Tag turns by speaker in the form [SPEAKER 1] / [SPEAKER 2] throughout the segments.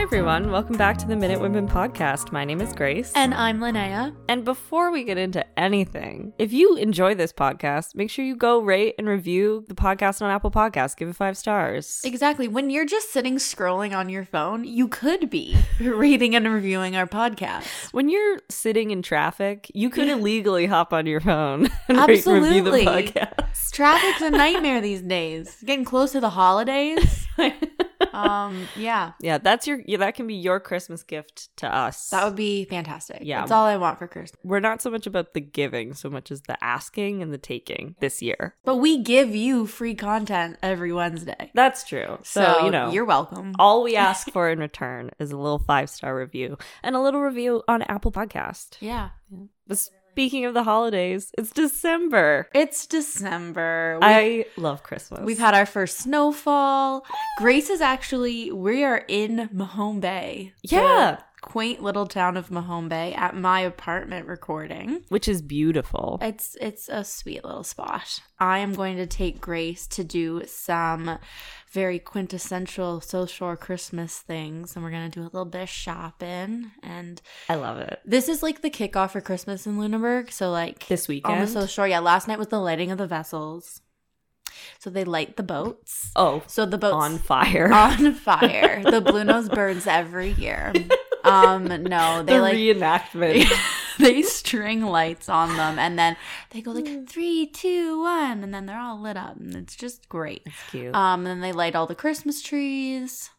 [SPEAKER 1] everyone. Welcome back to the Minute Women podcast. My name is Grace.
[SPEAKER 2] And I'm Linnea.
[SPEAKER 1] And before we get into anything, if you enjoy this podcast, make sure you go rate and review the podcast on Apple Podcasts. Give it five stars.
[SPEAKER 2] Exactly. When you're just sitting scrolling on your phone, you could be reading and reviewing our podcast.
[SPEAKER 1] When you're sitting in traffic, you could illegally hop on your phone and rate and review the
[SPEAKER 2] Absolutely.
[SPEAKER 1] podcast.
[SPEAKER 2] Traffic's a nightmare these days. Getting close to the holidays. Um, yeah.
[SPEAKER 1] yeah, that's your yeah, that can be your Christmas gift to us.
[SPEAKER 2] That would be fantastic.
[SPEAKER 1] Yeah.
[SPEAKER 2] That's all I want for Christmas.
[SPEAKER 1] We're not so much about the giving, so much as the asking and the taking this year.
[SPEAKER 2] But we give you free content every Wednesday.
[SPEAKER 1] That's true. So, you know,
[SPEAKER 2] you're welcome.
[SPEAKER 1] all we ask for in return is a little five star review and a little review on Apple Podcast.
[SPEAKER 2] yeah.
[SPEAKER 1] But speaking of the holidays, it's December.
[SPEAKER 2] It's December. We
[SPEAKER 1] I love Christmas.
[SPEAKER 2] We've had our first snowfall. Grace is actually, we are in Mahone Bay. the
[SPEAKER 1] Yeah.
[SPEAKER 2] quaint little town of Mahone Bay at my apartment recording.
[SPEAKER 1] which is beautiful.
[SPEAKER 2] It's it's a sweet little spot. I am going to take Grace to do some very quintessential social Christmas things and we're going to do a little bit of shopping and
[SPEAKER 1] I love it.
[SPEAKER 2] this is like the kickoff for Christmas in Lunenburg, so like
[SPEAKER 1] This
[SPEAKER 2] on the
[SPEAKER 1] weekend.
[SPEAKER 2] social yeah, last night was the lighting of the vessels. So they light the boats.
[SPEAKER 1] oh,
[SPEAKER 2] So the boats
[SPEAKER 1] on fire.
[SPEAKER 2] on fire. the blue nose burns every year. Um, no, they
[SPEAKER 1] the
[SPEAKER 2] like
[SPEAKER 1] reenactment.
[SPEAKER 2] they string lights on them, and then they go
[SPEAKER 1] Mm.
[SPEAKER 2] like three, two, one, and then they're all lit up, and it's just great.
[SPEAKER 1] It's cute.
[SPEAKER 2] Um, and then they light all the Christmas trees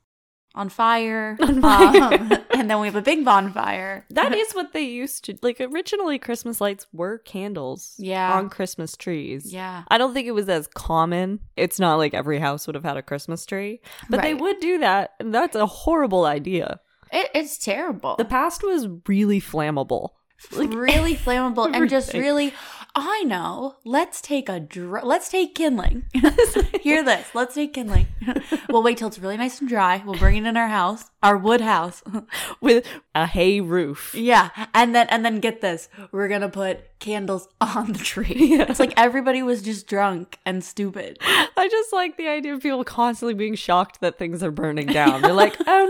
[SPEAKER 2] on fire,
[SPEAKER 1] On fire.
[SPEAKER 2] Um, and then we have a big bonfire.
[SPEAKER 1] that is what they used to like originally Christmas lights were candles
[SPEAKER 2] Yeah.
[SPEAKER 1] on Christmas trees.
[SPEAKER 2] yeah,
[SPEAKER 1] I don't think it was as common. It's not like every house would have had a Christmas tree, but they
[SPEAKER 2] Right.
[SPEAKER 1] would do that. And that's a horrible idea.
[SPEAKER 2] it, it's terrible.
[SPEAKER 1] The past was really flammable. like,
[SPEAKER 2] really flammable and just
[SPEAKER 1] everything.
[SPEAKER 2] really i know let's take a dr- let's take kindling hear this let's take kindling we'll wait till it's really nice and dry we'll bring it in our house our wood house
[SPEAKER 1] with a hay roof.
[SPEAKER 2] yeah and then and then get this we're gonna put candles on the tree it's like everybody was just drunk and stupid
[SPEAKER 1] I just like the idea of people constantly being shocked that things are burning down. They're like, oh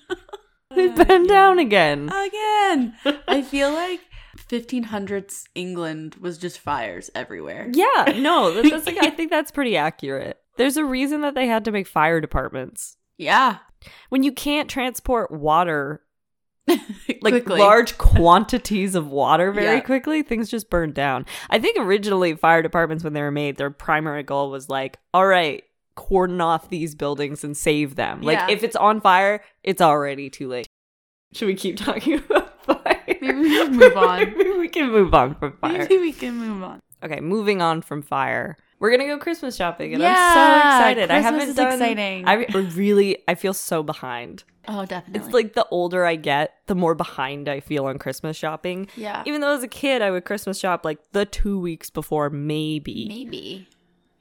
[SPEAKER 1] no, they've burned down again.
[SPEAKER 2] again i feel like 1500s england was just fires everywhere
[SPEAKER 1] Yeah, no, that- that's like, I think that's pretty accurate. There's a reason that they had to make fire departments.
[SPEAKER 2] yeah
[SPEAKER 1] When you can't transport water, like
[SPEAKER 2] Quickly.
[SPEAKER 1] large quantities of water very
[SPEAKER 2] Yeah.
[SPEAKER 1] quickly, things just burn down. I think originally fire departments, when they were made, their primary goal was like, all right, cordon off these buildings and save them. Like,
[SPEAKER 2] Yeah.
[SPEAKER 1] if it's on fire, it's already too late. Should we keep talking about fire?
[SPEAKER 2] Maybe we should move on.
[SPEAKER 1] Maybe we can move on from fire.
[SPEAKER 2] maybe we can move on
[SPEAKER 1] Okay, moving on from fire. We're gonna go Christmas shopping, and I'm so
[SPEAKER 2] Yeah,
[SPEAKER 1] excited. I
[SPEAKER 2] Christmas
[SPEAKER 1] haven't
[SPEAKER 2] is
[SPEAKER 1] done.
[SPEAKER 2] exciting.
[SPEAKER 1] I re- really, I feel so behind.
[SPEAKER 2] oh definitely
[SPEAKER 1] It's like the older I get, the more behind I feel on Christmas shopping.
[SPEAKER 2] yeah
[SPEAKER 1] Even though as a kid, I would Christmas shop like the two weeks before, maybe.
[SPEAKER 2] Maybe.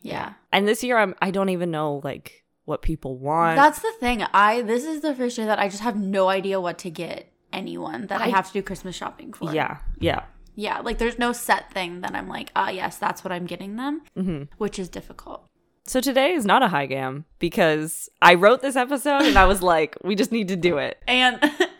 [SPEAKER 2] Yeah.
[SPEAKER 1] And this year, I'm I don't even know like what people want.
[SPEAKER 2] That's the thing. I this is the first year that I just have no idea what to get anyone that I,
[SPEAKER 1] I-
[SPEAKER 2] have to do Christmas shopping for.
[SPEAKER 1] yeah, yeah.
[SPEAKER 2] Yeah. Like there's no set thing that I'm like, ah yes, that's what I'm getting them.
[SPEAKER 1] hmm
[SPEAKER 2] Which is difficult.
[SPEAKER 1] So today is not a high gam because I wrote this episode and I was like, we just need to do it.
[SPEAKER 2] And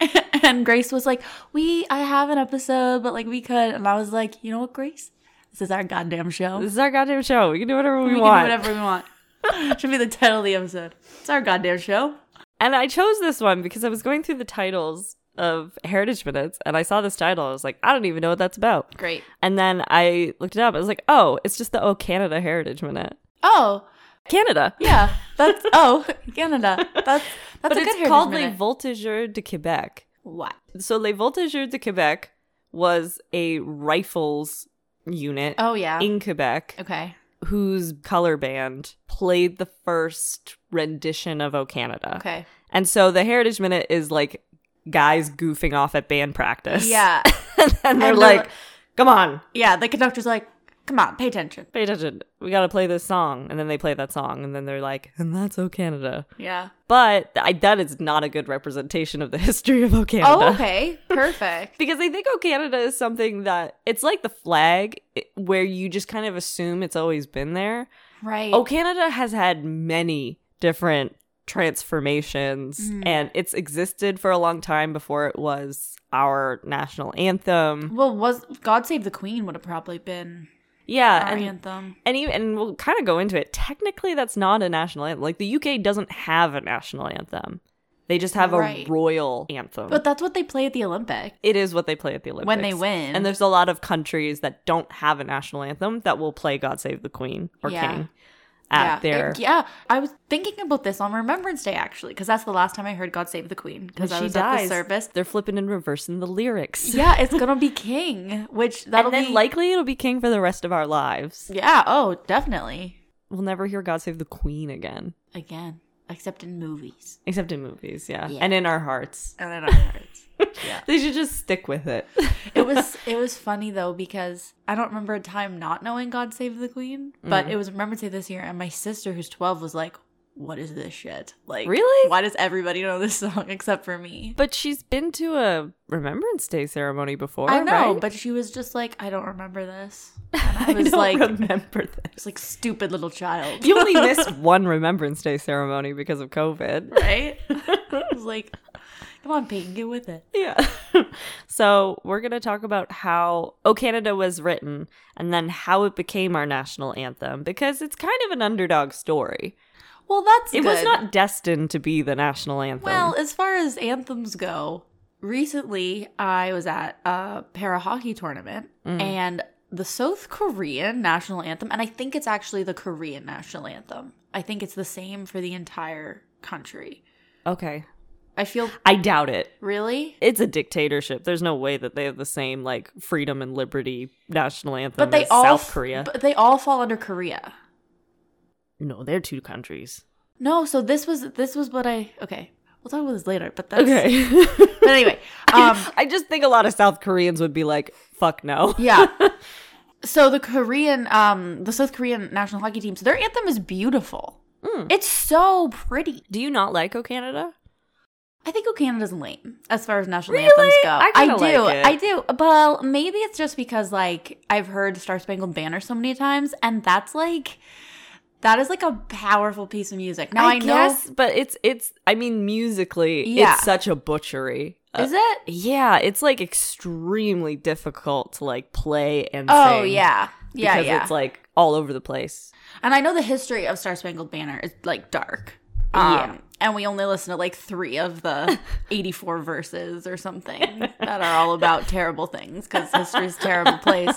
[SPEAKER 2] and Grace was like, We I have an episode, but like we could and I was like, you know what, Grace? This is our goddamn show.
[SPEAKER 1] This is our goddamn show. We can do whatever we,
[SPEAKER 2] we
[SPEAKER 1] want.
[SPEAKER 2] can do whatever we want. Should be the title of the episode. It's our goddamn show.
[SPEAKER 1] And I chose this one because I was going through the titles of Heritage Minutes and I saw this title. I was like, I don't even know what that's about.
[SPEAKER 2] Great.
[SPEAKER 1] And then I looked it up. I was like, oh, it's just the Oh Canada Heritage Minute.
[SPEAKER 2] Oh,
[SPEAKER 1] Canada.
[SPEAKER 2] yeah. That's oh, Canada. That's that's
[SPEAKER 1] But
[SPEAKER 2] a good
[SPEAKER 1] it's
[SPEAKER 2] Heritage
[SPEAKER 1] called
[SPEAKER 2] Minute.
[SPEAKER 1] Les Voltigeurs de Quebec.
[SPEAKER 2] What?
[SPEAKER 1] So Les Voltigeurs de Quebec was a rifles unit
[SPEAKER 2] Oh yeah.
[SPEAKER 1] in Quebec
[SPEAKER 2] okay.
[SPEAKER 1] whose color band played the first rendition of Oh Canada.
[SPEAKER 2] Okay.
[SPEAKER 1] And so the Heritage Minute is like guys goofing off at band practice.
[SPEAKER 2] Yeah.
[SPEAKER 1] and they're
[SPEAKER 2] And they're
[SPEAKER 1] like, come on,
[SPEAKER 2] Yeah. The conductor's like, "Come on, pay attention."
[SPEAKER 1] pay attention. We got to play this song. And then they play that song. And then they're like, and that's O Canada.
[SPEAKER 2] Yeah.
[SPEAKER 1] But I, that is not a good representation of the history of O Canada.
[SPEAKER 2] Oh, okay. Perfect.
[SPEAKER 1] Because I think O Canada is something that it's like the flag it- where you just kind of assume it's always been there. Oh,
[SPEAKER 2] right.
[SPEAKER 1] O Canada has had many different transformations
[SPEAKER 2] Mm.
[SPEAKER 1] and it's existed for a long time before it was our national anthem.
[SPEAKER 2] Well, was God Save the Queen would have probably been
[SPEAKER 1] Yeah,
[SPEAKER 2] our
[SPEAKER 1] Uh, and
[SPEAKER 2] anthem.
[SPEAKER 1] and even and we'll kind of go into it. Technically, that's not a national anthem. Like the UK doesn't have a national anthem; they just have
[SPEAKER 2] Right.
[SPEAKER 1] a royal anthem.
[SPEAKER 2] But that's what they play at the Olympics
[SPEAKER 1] it is what they play at the Olympics
[SPEAKER 2] when they win.
[SPEAKER 1] And there's a lot of countries that don't have a national anthem that will play "God Save the Queen" or
[SPEAKER 2] Yeah.
[SPEAKER 1] "King" at
[SPEAKER 2] yeah.
[SPEAKER 1] their.
[SPEAKER 2] It- yeah, I was thinking about this on Remembrance Day actually, because that's the last time I heard God Save the Queen because
[SPEAKER 1] When
[SPEAKER 2] I
[SPEAKER 1] she
[SPEAKER 2] was
[SPEAKER 1] dies.
[SPEAKER 2] at the service.
[SPEAKER 1] They're flipping and reversing the lyrics.
[SPEAKER 2] yeah, it's gonna be King, which that'll
[SPEAKER 1] and then
[SPEAKER 2] be
[SPEAKER 1] likely it'll be King for the rest of our lives.
[SPEAKER 2] yeah. Oh, definitely
[SPEAKER 1] We'll never hear "God Save the Queen" again,
[SPEAKER 2] again, except in movies
[SPEAKER 1] except in movies, yeah,
[SPEAKER 2] Yeah.
[SPEAKER 1] and in our hearts.
[SPEAKER 2] and in our hearts. yeah.
[SPEAKER 1] They should just stick with it.
[SPEAKER 2] it was it was funny though because I don't remember a time not knowing God Save the Queen, but
[SPEAKER 1] Mm.
[SPEAKER 2] it was Remembrance Day this year, and my sister who's twelve was like, "What is this shit? Like,
[SPEAKER 1] Really?
[SPEAKER 2] Why does everybody know this song except for me?"
[SPEAKER 1] But she's been to a Remembrance Day ceremony before.
[SPEAKER 2] I know,
[SPEAKER 1] right?
[SPEAKER 2] but she was just like, "I don't remember this." And I
[SPEAKER 1] I
[SPEAKER 2] was
[SPEAKER 1] don't
[SPEAKER 2] like,
[SPEAKER 1] remember this.
[SPEAKER 2] "It's like stupid little child."
[SPEAKER 1] You only missed one Remembrance Day ceremony because of COVID.
[SPEAKER 2] right? I was like, "Come on, Peyton, get with it."
[SPEAKER 1] Yeah. so we're going to talk about how O Canada was written and then how it became our national anthem because it's kind of an underdog story.
[SPEAKER 2] Well, that's
[SPEAKER 1] It was
[SPEAKER 2] good.
[SPEAKER 1] not destined to be the national anthem.
[SPEAKER 2] Well, as far as anthems go, recently I was at a para hockey tournament
[SPEAKER 1] Mm.
[SPEAKER 2] and the South Korean national anthem, and I think it's actually the Korean national anthem. I think it's the same for the entire country.
[SPEAKER 1] okay.
[SPEAKER 2] I feel
[SPEAKER 1] I doubt it.
[SPEAKER 2] really,
[SPEAKER 1] It's a dictatorship. There's no way that they have the same like freedom and liberty national anthem
[SPEAKER 2] but they
[SPEAKER 1] as
[SPEAKER 2] all
[SPEAKER 1] South Korea.
[SPEAKER 2] but they all fall under Korea.
[SPEAKER 1] no, they're two countries.
[SPEAKER 2] No, so this was this was what I okay. We'll talk about this later, but that's
[SPEAKER 1] okay.
[SPEAKER 2] But anyway, um,
[SPEAKER 1] I just think a lot of South Koreans would be like, fuck no.
[SPEAKER 2] Yeah. so the Korean, um, the South Korean national hockey team, so their anthem is beautiful.
[SPEAKER 1] Mm.
[SPEAKER 2] It's so pretty.
[SPEAKER 1] Do you not like O Canada?
[SPEAKER 2] I think O Canada's lame as far as national
[SPEAKER 1] Really?
[SPEAKER 2] anthems go.
[SPEAKER 1] I
[SPEAKER 2] I,
[SPEAKER 1] kinda
[SPEAKER 2] do.
[SPEAKER 1] like it.
[SPEAKER 2] I do. But maybe it's just because like I've heard Star Spangled Banner so many times, and that's like that is like a powerful piece of music. Now I, know
[SPEAKER 1] but it's it's I mean musically,
[SPEAKER 2] Yeah.
[SPEAKER 1] it's such a butchery. Uh,
[SPEAKER 2] is it?
[SPEAKER 1] yeah, it's like extremely difficult to like play and
[SPEAKER 2] Oh
[SPEAKER 1] sing
[SPEAKER 2] yeah. Yeah,
[SPEAKER 1] Uh, because
[SPEAKER 2] yeah.
[SPEAKER 1] it's like all over the place.
[SPEAKER 2] And I know the history of Star Spangled Banner is like dark.
[SPEAKER 1] Yeah.
[SPEAKER 2] Um, And we only listen to like three of the 84 verses or something that are all about terrible things because history's a terrible place.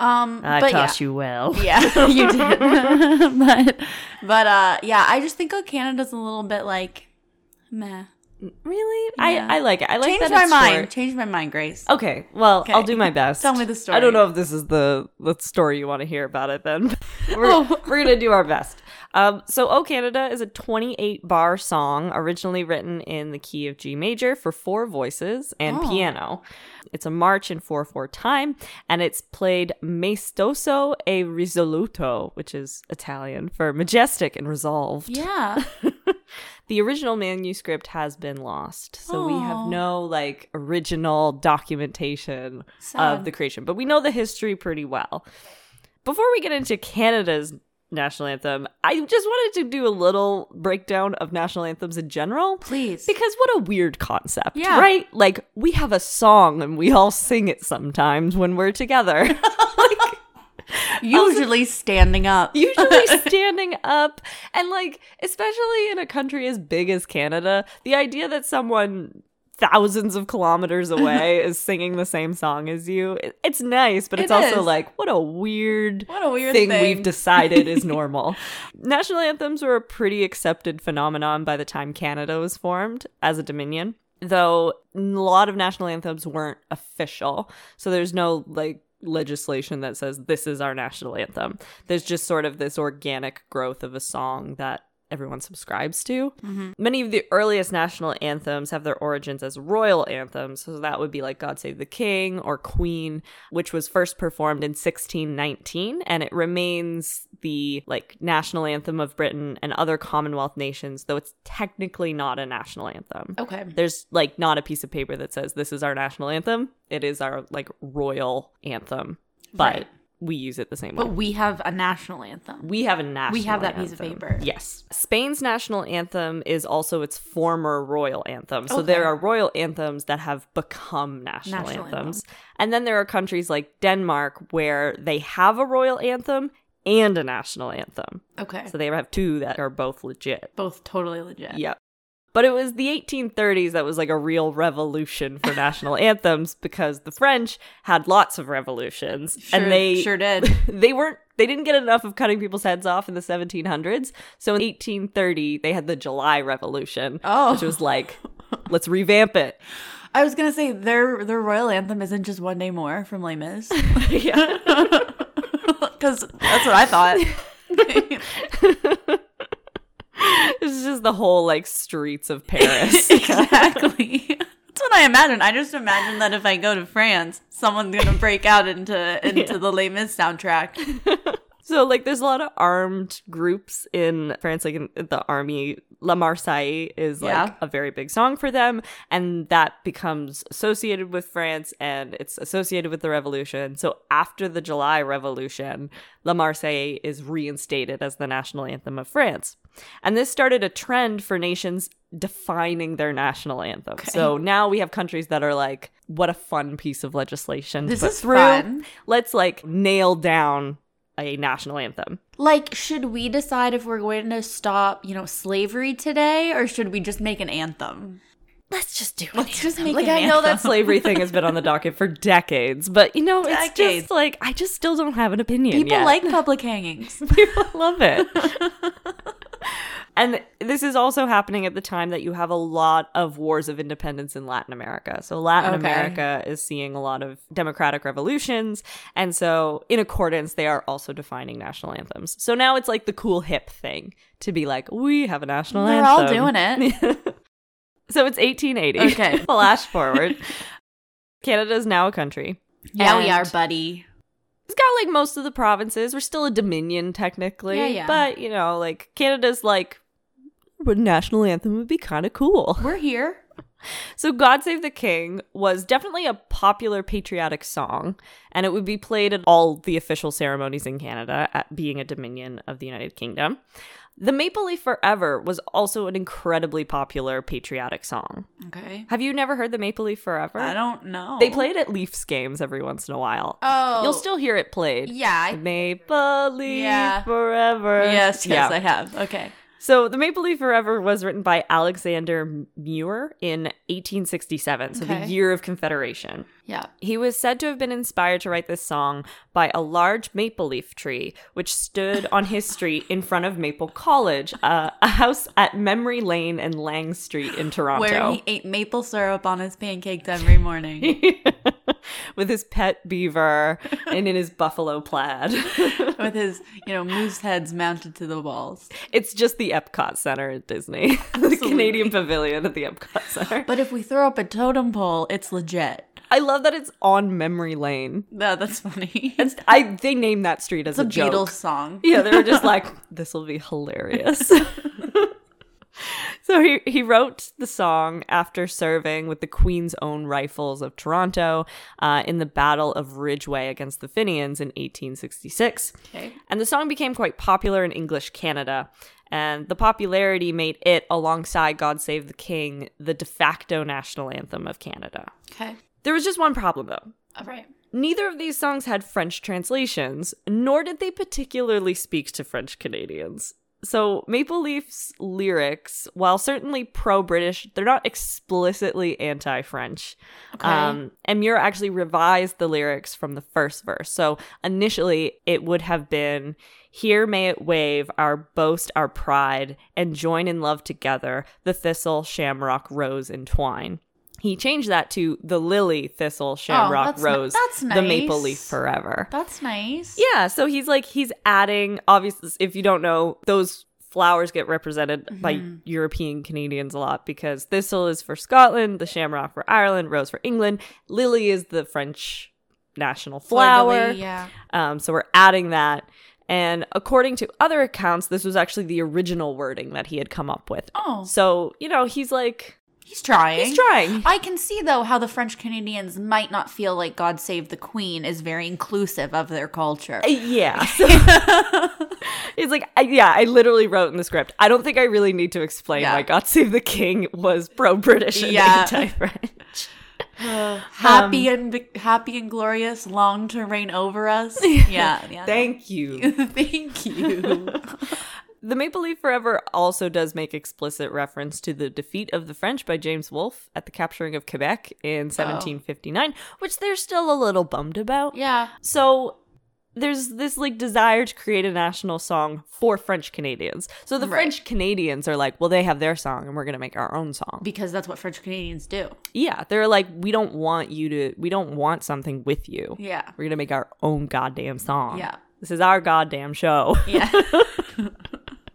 [SPEAKER 2] Um, but yeah.
[SPEAKER 1] Uh, you well.
[SPEAKER 2] Yeah, you did. but but uh, yeah, I just think oh, Canada's a little bit like meh.
[SPEAKER 1] Really?
[SPEAKER 2] Yeah.
[SPEAKER 1] I I like it. I like
[SPEAKER 2] Change
[SPEAKER 1] that
[SPEAKER 2] my
[SPEAKER 1] it's
[SPEAKER 2] mind.
[SPEAKER 1] short.
[SPEAKER 2] Change my mind, Grace.
[SPEAKER 1] Okay, well,
[SPEAKER 2] Okay.
[SPEAKER 1] I'll do my best.
[SPEAKER 2] Tell me the
[SPEAKER 1] I don't
[SPEAKER 2] story.
[SPEAKER 1] know if this is the the story you want to hear about it. Then we're,
[SPEAKER 2] Oh.
[SPEAKER 1] we're gonna do our best. Um, so, "O Canada" is a 28 bar song originally written in the key of G major for four voices and
[SPEAKER 2] Oh.
[SPEAKER 1] piano. It's a march in four four time, and it's played maestoso e risoluto, which is Italian for majestic and resolved.
[SPEAKER 2] Yeah.
[SPEAKER 1] The original manuscript has been lost, so we have
[SPEAKER 2] Aw.
[SPEAKER 1] no like original documentation of
[SPEAKER 2] Sad.
[SPEAKER 1] the creation, but we know the history pretty well. Before we get into Canada's national anthem, I just wanted to do a little breakdown of national anthems in general.
[SPEAKER 2] Please.
[SPEAKER 1] Because what a weird concept,
[SPEAKER 2] Yeah.
[SPEAKER 1] right? Like we have a song and we all sing it sometimes when we're together.
[SPEAKER 2] Usually standing up.
[SPEAKER 1] usually standing up and like especially in a country as big as canada the idea that someone thousands of kilometers away is singing the same song as you it- it's nice but it's
[SPEAKER 2] It
[SPEAKER 1] also
[SPEAKER 2] is.
[SPEAKER 1] like what a weird
[SPEAKER 2] what a weird
[SPEAKER 1] thing,
[SPEAKER 2] thing,
[SPEAKER 1] we've decided is normal. National anthems were a pretty accepted phenomenon by the time Canada was formed as a dominion, though a lot of national anthems weren't official. So there's no like legislation that says this is our national anthem. There's just sort of this organic growth of a song that everyone subscribes to.
[SPEAKER 2] Mhm.
[SPEAKER 1] Many of the earliest national anthems have their origins as royal anthems, so that would be like God Save the King or Queen, which was first performed in 1619 and it remains the like national anthem of Britain and other Commonwealth nations, though it's technically not a national anthem.
[SPEAKER 2] Okay.
[SPEAKER 1] There's like not a piece of paper that says this is our national anthem. It is our like royal anthem. But
[SPEAKER 2] Right.
[SPEAKER 1] we use it the same way.
[SPEAKER 2] But we have a national anthem.
[SPEAKER 1] We have a national.
[SPEAKER 2] We have that piece of
[SPEAKER 1] anthem.
[SPEAKER 2] paper.
[SPEAKER 1] Yes, Spain's national anthem is also its former royal anthem. So
[SPEAKER 2] Okay.
[SPEAKER 1] there are royal anthems that have become national,
[SPEAKER 2] National anthem.
[SPEAKER 1] anthems, and then there are countries like Denmark where they have a royal anthem and a national anthem.
[SPEAKER 2] Okay.
[SPEAKER 1] So they have two that are both legit.
[SPEAKER 2] Both totally legit.
[SPEAKER 1] Yeah. But it was the 1830s that was like a real revolution for national anthems because the French had lots of revolutions
[SPEAKER 2] Sure,
[SPEAKER 1] and they
[SPEAKER 2] sure did.
[SPEAKER 1] they weren't they didn't get enough of cutting people's heads off in the 1700s. So in 1830 they had the July Revolution,
[SPEAKER 2] Oh.
[SPEAKER 1] which was like let's revamp it.
[SPEAKER 2] I was gonna say their their royal anthem isn't just one day more from Les Mis.
[SPEAKER 1] yeah.
[SPEAKER 2] Because that's what I thought.
[SPEAKER 1] It's just the whole like streets of Paris.
[SPEAKER 2] exactly. That's what I imagine. I just imagine that if I go to France, someone's gonna break out into into the Les Mis soundtrack.
[SPEAKER 1] So like there's a lot of armed groups in France like in the army La Marseillaise is like
[SPEAKER 2] Yeah.
[SPEAKER 1] a very big song for them and that becomes associated with France and it's associated with the revolution. So after the July revolution, La Marseillaise is reinstated as the national anthem of France. And this started a trend for nations defining their national anthem. So now we have countries that are like what a fun piece of legislation to
[SPEAKER 2] This
[SPEAKER 1] put
[SPEAKER 2] is
[SPEAKER 1] through.
[SPEAKER 2] fun.
[SPEAKER 1] Let's like nail down a national anthem.
[SPEAKER 2] Like, should we decide if we're going to stop, you know, slavery today, or should we just make an anthem?
[SPEAKER 1] Let's just do it.
[SPEAKER 2] Let's just make
[SPEAKER 1] like
[SPEAKER 2] an
[SPEAKER 1] I know that
[SPEAKER 2] anthem.
[SPEAKER 1] slavery thing has been on the docket for decades, but you know it's
[SPEAKER 2] Decades.
[SPEAKER 1] just like I just still don't have an opinion.
[SPEAKER 2] People
[SPEAKER 1] yet.
[SPEAKER 2] like public hangings.
[SPEAKER 1] people love it. and this is also happening at the time that you have a lot of wars of independence in Latin America. So Latin
[SPEAKER 2] Okay.
[SPEAKER 1] America is seeing a lot of democratic revolutions, and so in accordance they are also defining national anthems. So now it's like the cool hip thing to be like we have a national
[SPEAKER 2] They're all
[SPEAKER 1] anthem.
[SPEAKER 2] doing it.
[SPEAKER 1] So it's 1880.
[SPEAKER 2] Okay.
[SPEAKER 1] Flash forward. Canada is now a country.
[SPEAKER 2] Yeah, we
[SPEAKER 1] And-
[SPEAKER 2] are, buddy.
[SPEAKER 1] It's got like most of the provinces. We're still a dominion technically.
[SPEAKER 2] Yeah, yeah.
[SPEAKER 1] But, you know, like Canada's like "What national anthem would be kind of cool.
[SPEAKER 2] We're here.
[SPEAKER 1] So God Save the King was definitely a popular patriotic song, and it would be played at all the official ceremonies in Canada, at being a dominion of the United Kingdom. The Maple Leaf Forever was also an incredibly popular patriotic song.
[SPEAKER 2] Okay.
[SPEAKER 1] Have you never heard the Maple Leaf Forever?
[SPEAKER 2] I don't know.
[SPEAKER 1] They play it at Leafs games every once in a while.
[SPEAKER 2] Oh,
[SPEAKER 1] You'll still hear it played.
[SPEAKER 2] Yeah. I-
[SPEAKER 1] Maple Leaf
[SPEAKER 2] Yeah.
[SPEAKER 1] Forever.
[SPEAKER 2] yes. Yes,
[SPEAKER 1] Yeah.
[SPEAKER 2] I have. Okay.
[SPEAKER 1] so the Maple Leaf Forever was written by Alexander Muir in 1867, so
[SPEAKER 2] Okay.
[SPEAKER 1] the year of Confederation.
[SPEAKER 2] Yeah.
[SPEAKER 1] He was said to have been inspired to write this song by a large maple leaf tree, which stood on his street in front of Maple College, uh, a house at Memory Lane and Lang Street in Toronto.
[SPEAKER 2] Where he ate maple syrup on his pancakes every morning
[SPEAKER 1] with his pet beaver and in his buffalo plaid.
[SPEAKER 2] with his, you know, moose heads mounted to the walls.
[SPEAKER 1] it's just the Epcot Center at Disney, the Canadian Pavilion at the Epcot Center.
[SPEAKER 2] But if we throw up a totem pole, it's legit.
[SPEAKER 1] I love that it's on memory lane.
[SPEAKER 2] No, that's funny.
[SPEAKER 1] It's, I they named that street as
[SPEAKER 2] it's a
[SPEAKER 1] a, joke.
[SPEAKER 2] Beatles song.
[SPEAKER 1] Yeah, they were just like, this will be hilarious. so he, he wrote the song after serving with the Queen's own rifles of Toronto uh, in the Battle of Ridgeway against the Fenians in 1866.
[SPEAKER 2] Okay.
[SPEAKER 1] And the song became quite popular in English Canada. And the popularity made it, alongside God Save the King, the de facto national anthem of Canada.
[SPEAKER 2] Okay.
[SPEAKER 1] There was just one problem, though.
[SPEAKER 2] All right.
[SPEAKER 1] Neither of these songs had French translations, nor did they particularly speak to French Canadians. So, Maple Leaf's lyrics, while certainly pro British, they're not explicitly anti French.
[SPEAKER 2] Okay.
[SPEAKER 1] Um, and Muir actually revised the lyrics from the first verse. So, initially, it would have been Here may it wave our boast, our pride, and join in love together, the thistle, shamrock, rose, and twine. He changed that to the lily, thistle, shamrock,
[SPEAKER 2] Oh, that's ni-
[SPEAKER 1] rose,
[SPEAKER 2] that's
[SPEAKER 1] the maple
[SPEAKER 2] nice.
[SPEAKER 1] leaf forever.
[SPEAKER 2] That's nice.
[SPEAKER 1] Yeah, so he's like he's adding obviously if you don't know those flowers get represented by
[SPEAKER 2] Mm-hmm.
[SPEAKER 1] European Canadians a lot because thistle is for Scotland, the shamrock for Ireland, rose for England, lily is the French national flower.
[SPEAKER 2] Yeah.
[SPEAKER 1] Um, so we're adding that. And according to other accounts, this was actually the original wording that he had come up with.
[SPEAKER 2] Oh.
[SPEAKER 1] So, you know, he's like
[SPEAKER 2] He's trying.
[SPEAKER 1] He's trying.
[SPEAKER 2] I can see though how the French Canadians might not feel like God Save the Queen is very inclusive of their culture.
[SPEAKER 1] Uh, Yeah. it's like, I, yeah, I literally wrote in the script. I don't think I really need to explain
[SPEAKER 2] Yeah.
[SPEAKER 1] why God Save the King was pro British and
[SPEAKER 2] Yeah.
[SPEAKER 1] anti French.
[SPEAKER 2] happy
[SPEAKER 1] um,
[SPEAKER 2] and vic- happy and glorious, long to reign over us. Yeah, yeah.
[SPEAKER 1] Thank you.
[SPEAKER 2] Thank you.
[SPEAKER 1] The Maple Leaf Forever also does make explicit reference to the defeat of the French by James Wolfe at the capturing of Quebec
[SPEAKER 2] Oh.
[SPEAKER 1] in 1759, which they're still a little bummed about.
[SPEAKER 2] yeah.
[SPEAKER 1] So there's this like desire to create a national song for French Canadians. So the
[SPEAKER 2] Right.
[SPEAKER 1] French Canadians are like, well, they have their song and we're going to make our own song.
[SPEAKER 2] Because that's what French Canadians do.
[SPEAKER 1] Yeah, they're like, we don't want you to, we don't want something with you.
[SPEAKER 2] Yeah.
[SPEAKER 1] We're going to make our own goddamn song.
[SPEAKER 2] Yeah.
[SPEAKER 1] This is our goddamn show.
[SPEAKER 2] Yeah.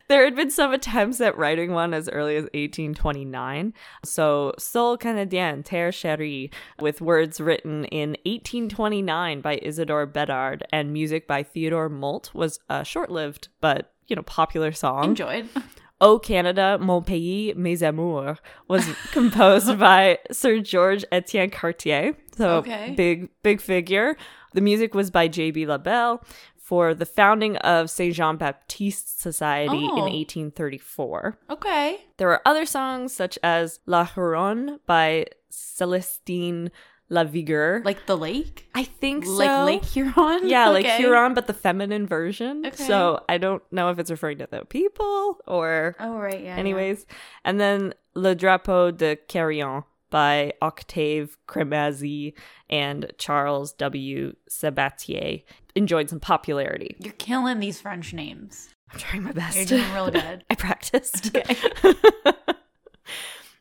[SPEAKER 1] There had been some attempts at writing one as early as 1829. So, Sol Canadien, Terre Cherie, with words written in 1829 by Isidore Bedard and music by Theodore Molt, was a short lived but, you know, popular song.
[SPEAKER 2] Enjoyed.
[SPEAKER 1] O Canada, Mon Pays, Mes Amours was composed by Sir George Etienne Cartier. So
[SPEAKER 2] Okay.
[SPEAKER 1] big, big figure. The music was by J.B. LaBelle for the founding of Saint Jean Baptiste Society
[SPEAKER 2] Oh.
[SPEAKER 1] in 1834.
[SPEAKER 2] Okay.
[SPEAKER 1] There are other songs such as La Huronne by Celestine Lavigueur.
[SPEAKER 2] Like the lake?
[SPEAKER 1] I think so.
[SPEAKER 2] Like Lake Huron?
[SPEAKER 1] Yeah, like
[SPEAKER 2] Okay.
[SPEAKER 1] Huron, but the feminine version.
[SPEAKER 2] Okay.
[SPEAKER 1] So I don't know if it's referring to the people or
[SPEAKER 2] Oh, right. Yeah. yeah.
[SPEAKER 1] Anyways, and then Le Drapeau de Carrion by Octave Cremazy and Charles W. Sabatier enjoyed some popularity.
[SPEAKER 2] You're killing these French names.
[SPEAKER 1] I'm trying my
[SPEAKER 2] You're
[SPEAKER 1] best.
[SPEAKER 2] doing real good.
[SPEAKER 1] I practiced.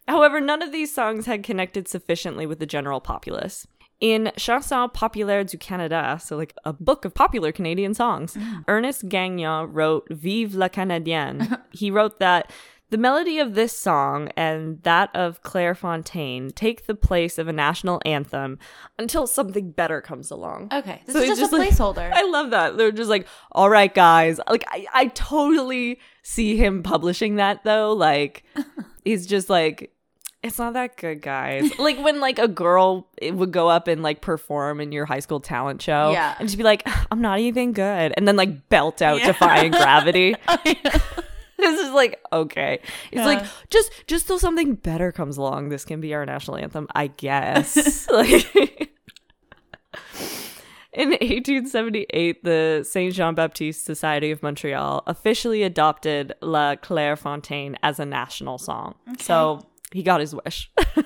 [SPEAKER 1] However, none of these songs had connected sufficiently with the general populace. In Chanson Populaire du Canada, so like a book of popular Canadian songs, Ernest Gagnon wrote Vive la Canadienne. he wrote that the melody of this song and that of Claire Fontaine take the place of a national anthem until something better comes along.
[SPEAKER 2] Okay. This
[SPEAKER 1] So
[SPEAKER 2] is
[SPEAKER 1] it's
[SPEAKER 2] just,
[SPEAKER 1] just
[SPEAKER 2] a
[SPEAKER 1] like-
[SPEAKER 2] placeholder.
[SPEAKER 1] I love that. They're just like, all right, guys. Like, I, I totally see him publishing that though. Like, he's just like, it's not that good, guys. Like when like a girl would go up and like perform in your high school talent show,
[SPEAKER 2] Yeah.
[SPEAKER 1] and she'd be like, I'm not even good, and then like belt out
[SPEAKER 2] Yeah. Oh,
[SPEAKER 1] defying gravity. This is like okay. It's like
[SPEAKER 2] Yeah.
[SPEAKER 1] just just till something better comes along, this can be our national anthem, I guess. like in 1878, the Saint Jean Baptiste Society of Montreal officially adopted La Claire Fontaine as a national song. So he got his wish.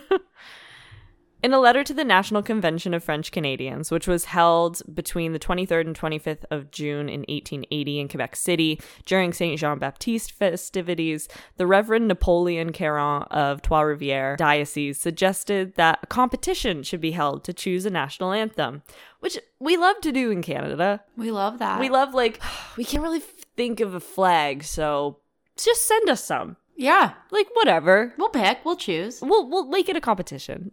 [SPEAKER 1] In a letter to the National Convention of French Canadians, which was held between the 23rd and 25th of June in 1880 in Quebec City during Saint Jean Baptiste festivities, the Reverend Napoleon Caron of Trois Rivières Diocese suggested that a competition should be held to choose a national anthem, which we love to do in Canada.
[SPEAKER 2] we love that.
[SPEAKER 1] We love, like, we can't really f- think of a flag, so just send us some.
[SPEAKER 2] Yeah.
[SPEAKER 1] Like, whatever.
[SPEAKER 2] We'll pick. We'll choose.
[SPEAKER 1] We'll we'll make it a competition.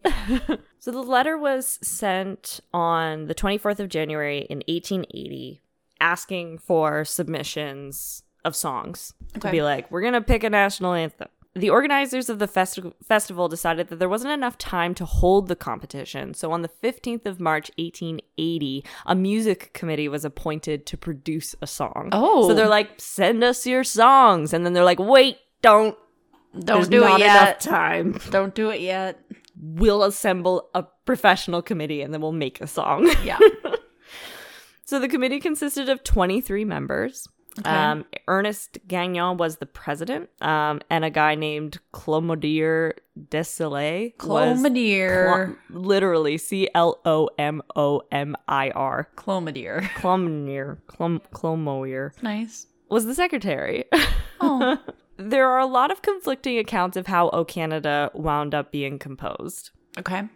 [SPEAKER 1] so the letter was sent on the 24th of January in 1880 asking for submissions of songs to
[SPEAKER 2] Okay.
[SPEAKER 1] be like we're going to pick a national anthem. The organizers of the festi- festival decided that there wasn't enough time to hold the competition. So on the 15th of March 1880, a music committee was appointed to produce a song.
[SPEAKER 2] Oh.
[SPEAKER 1] So they're like send us your songs and then they're like wait, don't
[SPEAKER 2] Don't
[SPEAKER 1] there's
[SPEAKER 2] do
[SPEAKER 1] not
[SPEAKER 2] it
[SPEAKER 1] enough
[SPEAKER 2] yet.
[SPEAKER 1] time
[SPEAKER 2] Don't do it yet.
[SPEAKER 1] we'll assemble a professional committee and then we'll make a song.
[SPEAKER 2] Yeah.
[SPEAKER 1] so the committee consisted of 23 members. Um, Ernest Gagnon was the president, um, and a guy named Clomodier Desilets was
[SPEAKER 2] Clomadier.
[SPEAKER 1] Clo- literally C L O M O M I R.
[SPEAKER 2] Clomadier.
[SPEAKER 1] Clomodier, Clom- Clomoyer
[SPEAKER 2] Nice.
[SPEAKER 1] was the secretary.
[SPEAKER 2] Oh.
[SPEAKER 1] there are a lot of conflicting accounts of how O Canada wound up being composed.
[SPEAKER 2] okay.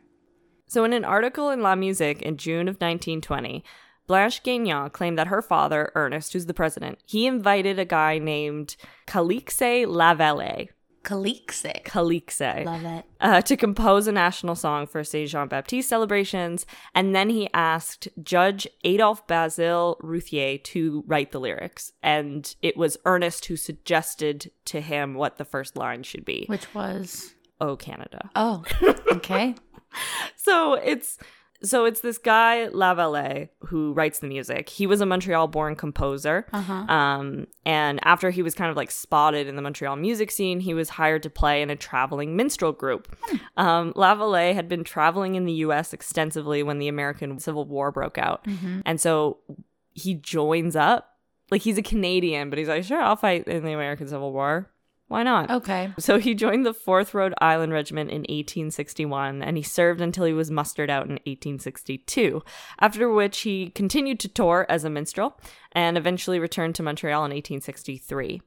[SPEAKER 1] So, in an article in La Musique in June of 1920, Blanche Gagnon claimed that her father, Ernest, who's the president, he invited a guy named Calixe Lavallée,
[SPEAKER 2] Calixic.
[SPEAKER 1] Calixe,
[SPEAKER 2] Love it.
[SPEAKER 1] uh, to compose a national song for Saint Jean Baptiste celebrations. And then he asked Judge Adolphe Basile Routhier to write the lyrics. And it was Ernest who suggested to him what the first line should be.
[SPEAKER 2] Which was
[SPEAKER 1] O Canada.
[SPEAKER 2] Oh, okay.
[SPEAKER 1] So it's so it's this guy Lavallee who writes the music. He was a Montreal-born composer.
[SPEAKER 2] Uh huh.
[SPEAKER 1] Um, and after he was kind of like spotted in the Montreal music scene, he was hired to play in a traveling minstrel group. Um, Lavallee had been traveling in the US extensively when the American Civil War broke out.
[SPEAKER 2] Mm-hmm.
[SPEAKER 1] And so he joins up. Like he's a Canadian, but he's like, sure, I'll fight in the American Civil War. Why not?
[SPEAKER 2] Okay.
[SPEAKER 1] So he joined the 4th Rhode Island Regiment in 1861 and he served until he was mustered out in 1862, after which he continued to tour as a minstrel and eventually returned to Montreal in 1863.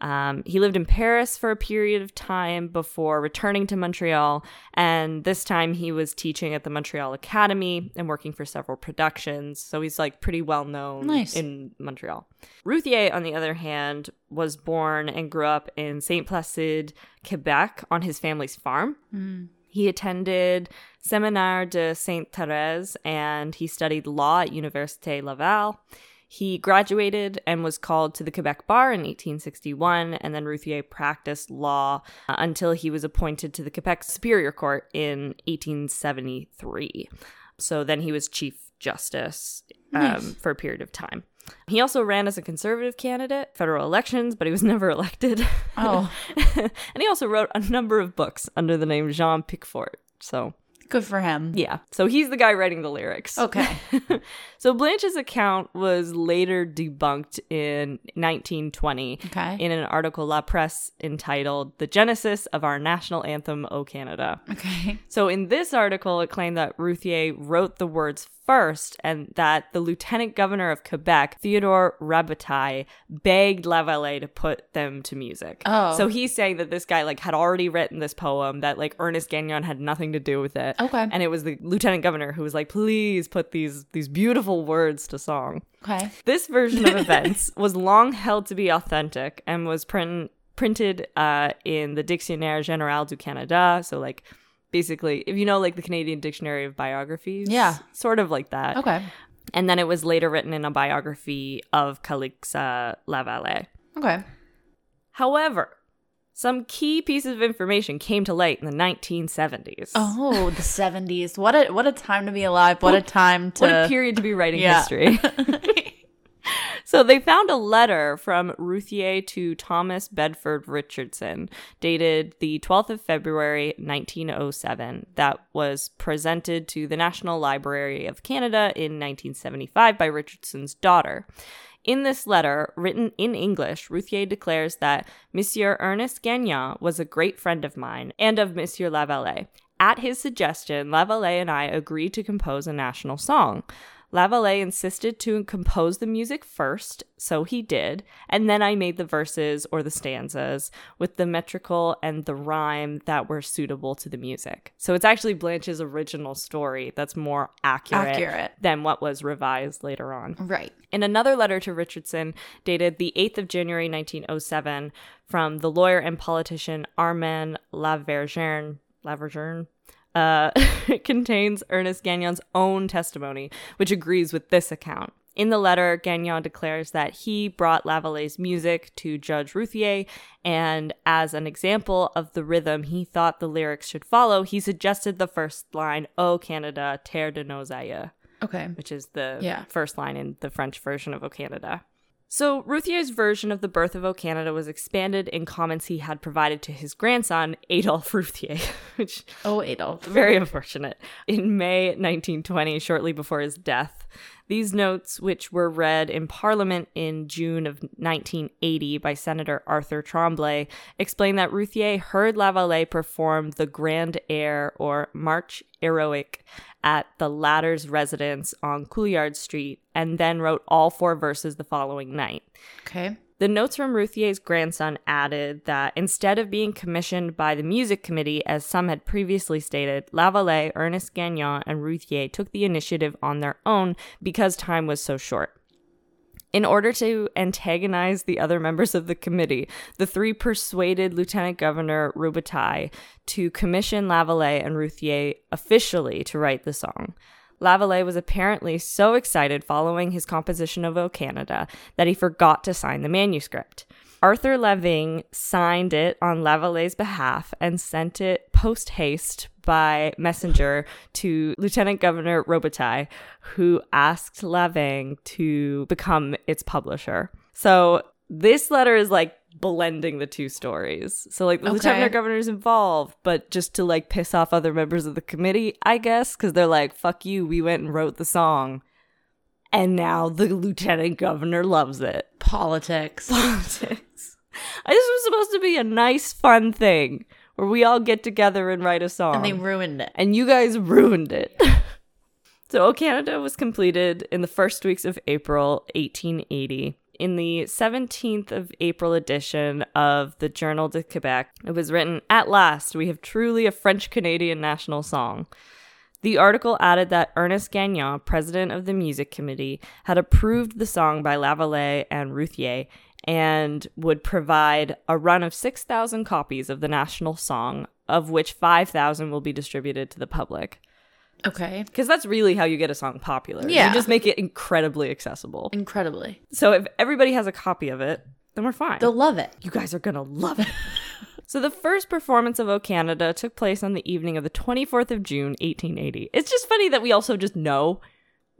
[SPEAKER 1] Um, he lived in Paris for a period of time before returning to Montreal, and this time he was teaching at the Montreal Academy and working for several productions. So he's like pretty well known
[SPEAKER 2] Nice.
[SPEAKER 1] in Montreal. Routhier, on the other hand, was born and grew up in St. Placide, Quebec, on his family's farm.
[SPEAKER 2] Mm.
[SPEAKER 1] He attended Seminaire de Sainte Thérèse and he studied law at Université Laval. He graduated and was called to the Quebec Bar in 1861, and then Routhier practiced law uh, until he was appointed to the Quebec Superior Court in 1873. So then he was Chief Justice um,
[SPEAKER 2] Nice.
[SPEAKER 1] for a period of time. He also ran as a conservative candidate, federal elections, but he was never elected.
[SPEAKER 2] Oh,
[SPEAKER 1] and he also wrote a number of books under the name Jean Pickfort. So,
[SPEAKER 2] good for him.
[SPEAKER 1] yeah. So he's the guy writing the lyrics.
[SPEAKER 2] Okay.
[SPEAKER 1] so Blanche's account was later debunked in 1920
[SPEAKER 2] Okay.
[SPEAKER 1] in an article La Presse entitled The Genesis of Our National Anthem, O Canada.
[SPEAKER 2] Okay.
[SPEAKER 1] So in this article, it claimed that Routhier wrote the words first and that the lieutenant governor of Quebec, Theodore Rabotai, begged Lavallee to put them to music.
[SPEAKER 2] Oh.
[SPEAKER 1] So he's saying that this guy like had already written this poem that like Ernest Gagnon had nothing to do with it.
[SPEAKER 2] Okay.
[SPEAKER 1] And it was the lieutenant governor who was like, please put these these beautiful words to song.
[SPEAKER 2] Okay.
[SPEAKER 1] This version of events was long held to be authentic and was print- printed uh, in the Dictionnaire Général du Canada. So, like, basically, if you know, like, the Canadian Dictionary of Biographies.
[SPEAKER 2] Yeah.
[SPEAKER 1] Sort of like that.
[SPEAKER 2] Okay.
[SPEAKER 1] And then it was later written in a biography of Calixa Lavallee.
[SPEAKER 2] Okay.
[SPEAKER 1] However, some key pieces of information came to light in the 1970s.
[SPEAKER 2] Oh, the seventies. What a what a time to be alive. What a time to
[SPEAKER 1] What a period to be writing
[SPEAKER 2] Yeah.
[SPEAKER 1] history. So they found a letter from Routhier to Thomas Bedford Richardson, dated the 12th of February 1907, that was presented to the National Library of Canada in 1975 by Richardson's daughter. In this letter, written in English, Routhier declares that Monsieur Ernest Gagnon was a great friend of mine and of Monsieur Lavallee. At his suggestion, Lavallee and I agreed to compose a national song. Lavallee insisted to compose the music first, so he did, and then I made the verses or the stanzas with the metrical and the rhyme that were suitable to the music. So it's actually Blanche's original story that's more accurate,
[SPEAKER 2] Accurate.
[SPEAKER 1] than what was revised later on.
[SPEAKER 2] right.
[SPEAKER 1] In another letter to Richardson, dated the 8th of January 1907, from the lawyer and politician Armand Lavergerne, Lavergerne uh, it contains Ernest Gagnon's own testimony, which agrees with this account. In the letter, Gagnon declares that he brought Lavallee's music to Judge Routhier, and as an example of the rhythm he thought the lyrics should follow, he suggested the first line, O Canada, terre de nos aïeux
[SPEAKER 2] Okay.
[SPEAKER 1] which is the
[SPEAKER 2] Yeah.
[SPEAKER 1] first line in the French version of O Canada. So Routhier's version of the birth of O Canada was expanded in comments he had provided to his grandson, Adolphe Routhier, which
[SPEAKER 2] Oh, Adolf.
[SPEAKER 1] very unfortunate. In May 1920, shortly before his death, these notes, which were read in Parliament in June of 1980 by Senator Arthur Tremblay, explain that Routhier heard Lavallee perform the Grand Air or March Heroic at the latter's residence on Couillard Street and then wrote all four verses the following night.
[SPEAKER 2] Okay.
[SPEAKER 1] The notes from Routhier's grandson added that instead of being commissioned by the music committee, as some had previously stated, Lavallee, Ernest Gagnon, and Routhier took the initiative on their own because time was so short. In order to antagonize the other members of the committee, the three persuaded Lieutenant Governor Rubatai to commission Lavallee and Routhier officially to write the song. Lavallee was apparently so excited following his composition of O Canada that he forgot to sign the manuscript. Arthur Leving signed it on Lavalet's behalf and sent it post haste by messenger to Lieutenant Governor Robitaille, who asked Leving to become its publisher. So this letter is like blending the two stories. So like the
[SPEAKER 2] Okay.
[SPEAKER 1] lieutenant governor is involved, but just to like piss off other members of the committee, I guess, because they're like, "Fuck you, we went and wrote the song, and now the lieutenant governor loves it."
[SPEAKER 2] Politics.
[SPEAKER 1] Politics. I this was supposed to be a nice, fun thing where we all get together and write a song,
[SPEAKER 2] and they ruined it.
[SPEAKER 1] and you guys ruined it. so, O Canada was completed in the first weeks of April 1880. In the 17th of April edition of the Journal de Quebec, it was written At last, we have truly a French Canadian national song. The article added that Ernest Gagnon, president of the music committee, had approved the song by Lavallee and Routhier and would provide a run of 6,000 copies of the national song, of which 5,000 will be distributed to the public.
[SPEAKER 2] Okay.
[SPEAKER 1] Because that's really how you get a song popular.
[SPEAKER 2] Yeah.
[SPEAKER 1] You just make it incredibly accessible.
[SPEAKER 2] Incredibly.
[SPEAKER 1] So if everybody has a copy of it, then we're fine.
[SPEAKER 2] They'll love it.
[SPEAKER 1] You guys are going to love it. so the first performance of O Canada took place on the evening of the 24th of June, 1880. It's just funny that we also just know.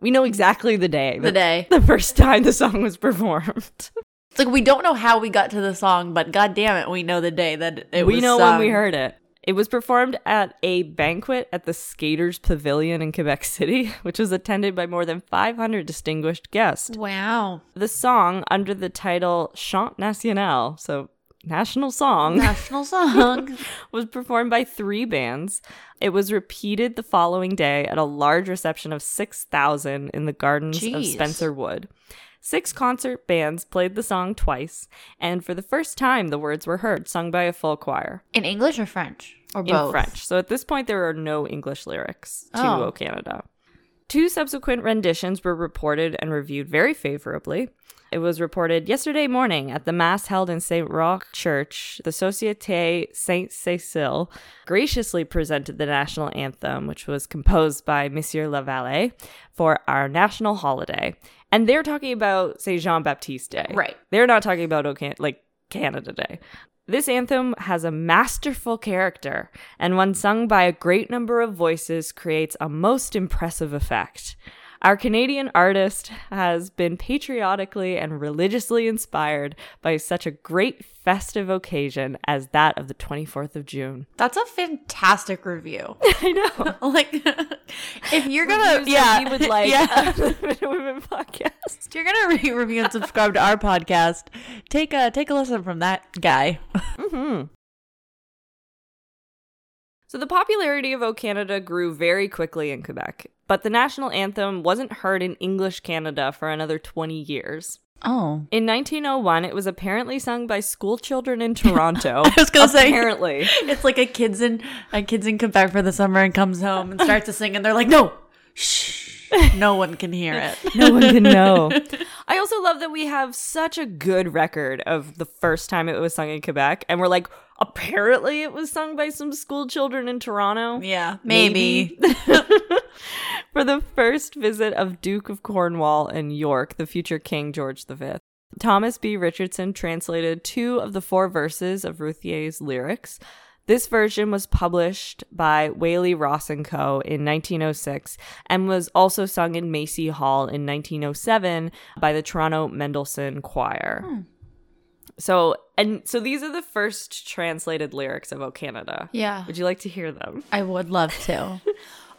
[SPEAKER 1] We know exactly the day.
[SPEAKER 2] The day.
[SPEAKER 1] The first time the song was performed.
[SPEAKER 2] It's like we don't know how we got to the song, but god damn it, we know the day that it
[SPEAKER 1] we
[SPEAKER 2] was
[SPEAKER 1] know
[SPEAKER 2] sung.
[SPEAKER 1] when we heard it. It was performed at a banquet at the Skaters Pavilion in Quebec City, which was attended by more than 500 distinguished guests.
[SPEAKER 2] Wow.
[SPEAKER 1] the song under the title Chant National, so National Song,
[SPEAKER 2] National song.
[SPEAKER 1] was performed by three bands. It was repeated the following day at a large reception of 6,000 in the gardens of
[SPEAKER 2] Jeez.
[SPEAKER 1] Spencer Wood. Six concert bands played the song twice, and for the first time, the words were heard, sung by a full choir
[SPEAKER 2] In English or French? Or
[SPEAKER 1] in French. So at this point, there are no English lyrics to
[SPEAKER 2] Oh.
[SPEAKER 1] O Canada. Two subsequent renditions were reported and reviewed very favorably. It was reported yesterday morning at the Mass held in St. Roch Church. The Societe Saint Cécile graciously presented the national anthem, which was composed by Monsieur Lavalle, for our national holiday. And they're talking about, say, Jean Baptiste Day.
[SPEAKER 2] Right.
[SPEAKER 1] They're not talking about O Can- like Canada Day. This anthem has a masterful character, and when sung by a great number of voices, creates a most impressive effect. Our Canadian artist has been patriotically and religiously inspired by such a great festive occasion as that of the 24th of June.
[SPEAKER 2] That's a fantastic review.
[SPEAKER 1] I know.
[SPEAKER 2] like, if you're gonna,
[SPEAKER 1] yeah,
[SPEAKER 2] yeah,
[SPEAKER 1] we would like
[SPEAKER 2] yeah.
[SPEAKER 1] women podcast.
[SPEAKER 2] If you're gonna rate, review, and subscribe to our podcast, take a take a listen from that guy.
[SPEAKER 1] Mm-hmm. So the popularity of O Canada grew very quickly in Quebec, but the national anthem wasn't heard in English Canada for another 20 years.
[SPEAKER 2] Oh,
[SPEAKER 1] In 1901, it was apparently sung by schoolchildren in Toronto.
[SPEAKER 2] I was gonna say-
[SPEAKER 1] apparently.
[SPEAKER 2] it's like a kids in a kids in Quebec for the summer and comes home and starts to sing, and they're like, no, shh, no one can hear it.
[SPEAKER 1] No one can know. I also love that we have such a good record of the first time it was sung in Quebec, and we're like, apparently it was sung by some schoolchildren in Toronto.
[SPEAKER 2] Yeah, maybe.
[SPEAKER 1] for the first visit of Duke of Cornwall and York, the future King George V. Thomas B. Richardson translated two of the four verses of Routhier's lyrics. This version was published by Whaley Ross and Co. in 1906 and was also sung in Macy Hall in 1907 by the Toronto Mendelssohn Choir. So, and so these are the first translated lyrics of O Canada.
[SPEAKER 2] Yeah,
[SPEAKER 1] Would you like to hear them?
[SPEAKER 2] I would love to.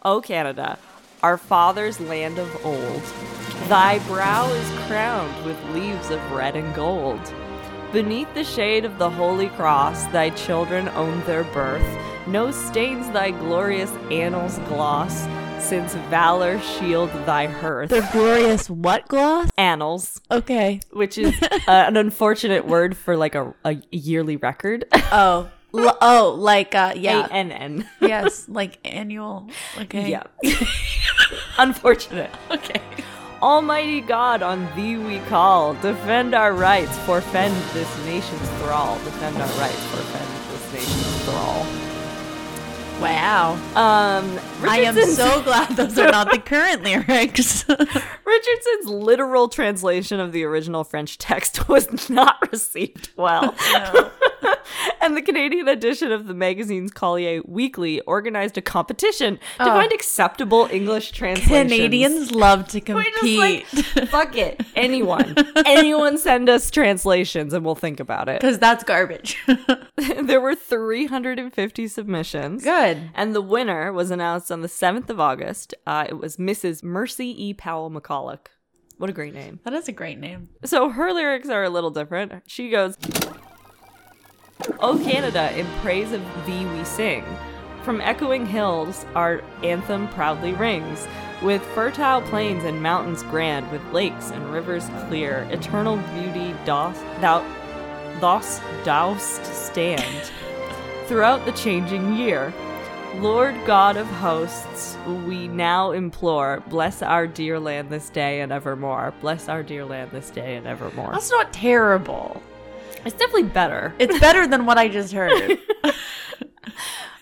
[SPEAKER 1] O Canada, our father's land of old, thy brow is crowned with leaves of red and gold. Beneath the shade of the holy cross, thy children own their birth. No stains thy glorious annals gloss, since valor shield thy hearth.
[SPEAKER 2] glorious what gloss?
[SPEAKER 1] annals,
[SPEAKER 2] Okay.
[SPEAKER 1] which is uh, an unfortunate word for like a, a yearly record.
[SPEAKER 2] Oh, L- oh, like uh, yeah,
[SPEAKER 1] ANN.
[SPEAKER 2] yes, like annual. Okay.
[SPEAKER 1] Yeah. Unfortunate.
[SPEAKER 2] Okay.
[SPEAKER 1] Almighty God, on thee we call. Defend our rights, forfend this nation's thrall. Defend our rights, forfend this nation's thrall.
[SPEAKER 2] Wow.
[SPEAKER 1] Um,
[SPEAKER 2] I am
[SPEAKER 1] Richardson's-
[SPEAKER 2] so glad those are not the current lyrics.
[SPEAKER 1] Richardson's literal translation of the original French text was not received well. and the Canadian edition of the magazine's Collier Weekly organized a competition to
[SPEAKER 2] Oh.
[SPEAKER 1] find acceptable English translations.
[SPEAKER 2] Canadians love to
[SPEAKER 1] We
[SPEAKER 2] compete.
[SPEAKER 1] just like, fuck it. Anyone. Anyone send us translations and we'll think about it.
[SPEAKER 2] Because that's garbage.
[SPEAKER 1] there were 350 submissions.
[SPEAKER 2] Good.
[SPEAKER 1] And the winner was announced on the 7th of August. Uh, it was Mrs. Mercy E. Powell McCulloch. What a great name.
[SPEAKER 2] That is a great name.
[SPEAKER 1] So her lyrics are a little different. She goes, O Canada, in praise of thee we sing. From echoing hills our anthem proudly rings. With fertile plains and mountains grand, with lakes and rivers clear, eternal beauty doth thou thus dost stand throughout the changing year. Lord God of hosts, we now implore, bless our dear land this day and evermore. Bless our dear land this day and evermore.
[SPEAKER 2] That's not terrible.
[SPEAKER 1] It's definitely better.
[SPEAKER 2] It's better than what I just heard.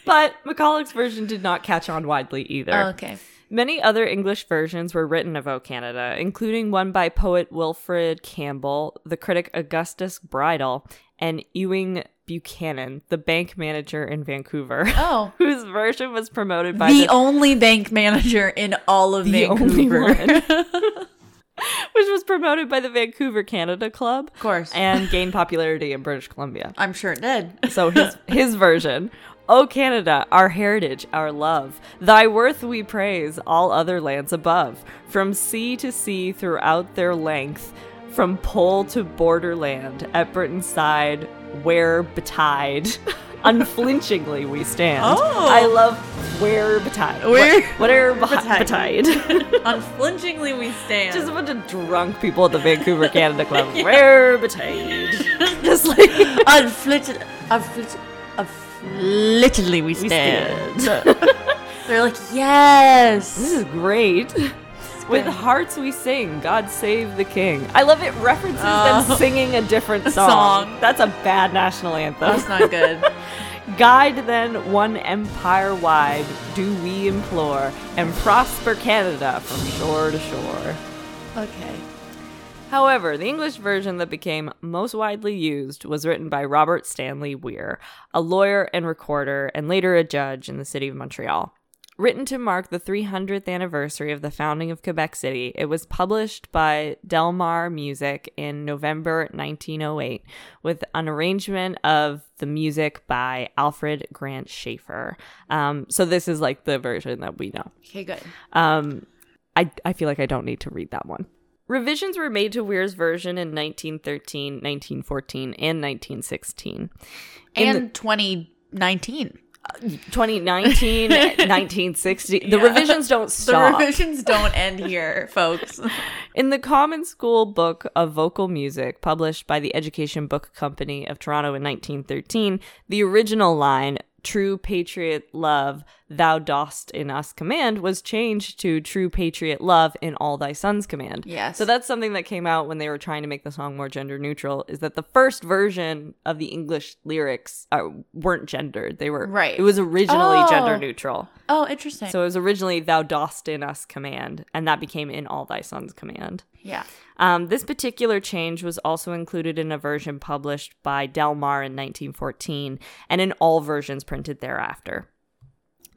[SPEAKER 1] But McCulloch's version did not catch on widely either.
[SPEAKER 2] okay.
[SPEAKER 1] Many other English versions were written of O Canada, including one by poet Wilfred Campbell, the critic Augustus Bridle, and Ewing Buchanan, the bank manager in Vancouver,
[SPEAKER 2] Oh.
[SPEAKER 1] whose version was promoted by
[SPEAKER 2] The only bank manager in all of
[SPEAKER 1] The
[SPEAKER 2] Vancouver.
[SPEAKER 1] only one. which was promoted by the Vancouver Canada Club
[SPEAKER 2] Of course.
[SPEAKER 1] and gained popularity in British Columbia.
[SPEAKER 2] I'm sure it did.
[SPEAKER 1] So his his version. O Canada, our heritage, our love, thy worth we praise, all other lands above, from sea to sea throughout their length, from pole to borderland, at Britain's side, where betide, unflinchingly we stand.
[SPEAKER 2] Oh.
[SPEAKER 1] I love where betide.
[SPEAKER 2] Where-
[SPEAKER 1] whatever
[SPEAKER 2] betide.
[SPEAKER 1] betide.
[SPEAKER 2] Unflinchingly we stand.
[SPEAKER 1] Just a bunch of drunk people at the Vancouver Canada Club. Where betide. Just like.
[SPEAKER 2] unflinchingly, unflinchingly we stand. They're like,
[SPEAKER 1] This
[SPEAKER 2] yes.
[SPEAKER 1] is great. With hearts we sing, God save the king. I love it references them
[SPEAKER 2] Oh.
[SPEAKER 1] singing a different song.
[SPEAKER 2] song.
[SPEAKER 1] That's a bad national anthem.
[SPEAKER 2] That's not good.
[SPEAKER 1] Guide then one empire wide, do we implore, and prosper Canada from shore to shore.
[SPEAKER 2] okay.
[SPEAKER 1] However, the English version that became most widely used was written by Robert Stanley Weir, a lawyer and recorder, and later a judge in the city of Montreal. Written to mark the 300th anniversary of the founding of Quebec City, it was published by Delmar Music in November 1908 with an arrangement of the music by Alfred Grant Schaefer. Um, so, this is like the version that we know.
[SPEAKER 2] Okay, good.
[SPEAKER 1] Um, I, I feel like I don't need to read that one. Revisions were made to Weir's version in 1913, 1914, and 1916. In
[SPEAKER 2] And 2019.
[SPEAKER 1] the 2019, 1960. The revisions don't stop.
[SPEAKER 2] The revisions don't end here, folks.
[SPEAKER 1] In the Common School Book of Vocal Music, published by the Education Book Company of Toronto in 1913, the original line, True Patriot Love, Thou dost in us command, was changed to True Patriot Love in all thy sons command.
[SPEAKER 2] Yes.
[SPEAKER 1] So that's something that came out when they were trying to make the song more gender neutral, is that the first version of the English lyrics uh, weren't gendered. They were,
[SPEAKER 2] Right.
[SPEAKER 1] it was originally
[SPEAKER 2] Oh.
[SPEAKER 1] gender neutral.
[SPEAKER 2] Oh, interesting.
[SPEAKER 1] So it was originally Thou dost in us command, and that became in all thy sons command.
[SPEAKER 2] yeah.
[SPEAKER 1] Um, this particular change was also included in a version published by Delmar in 1914 and in all versions printed thereafter.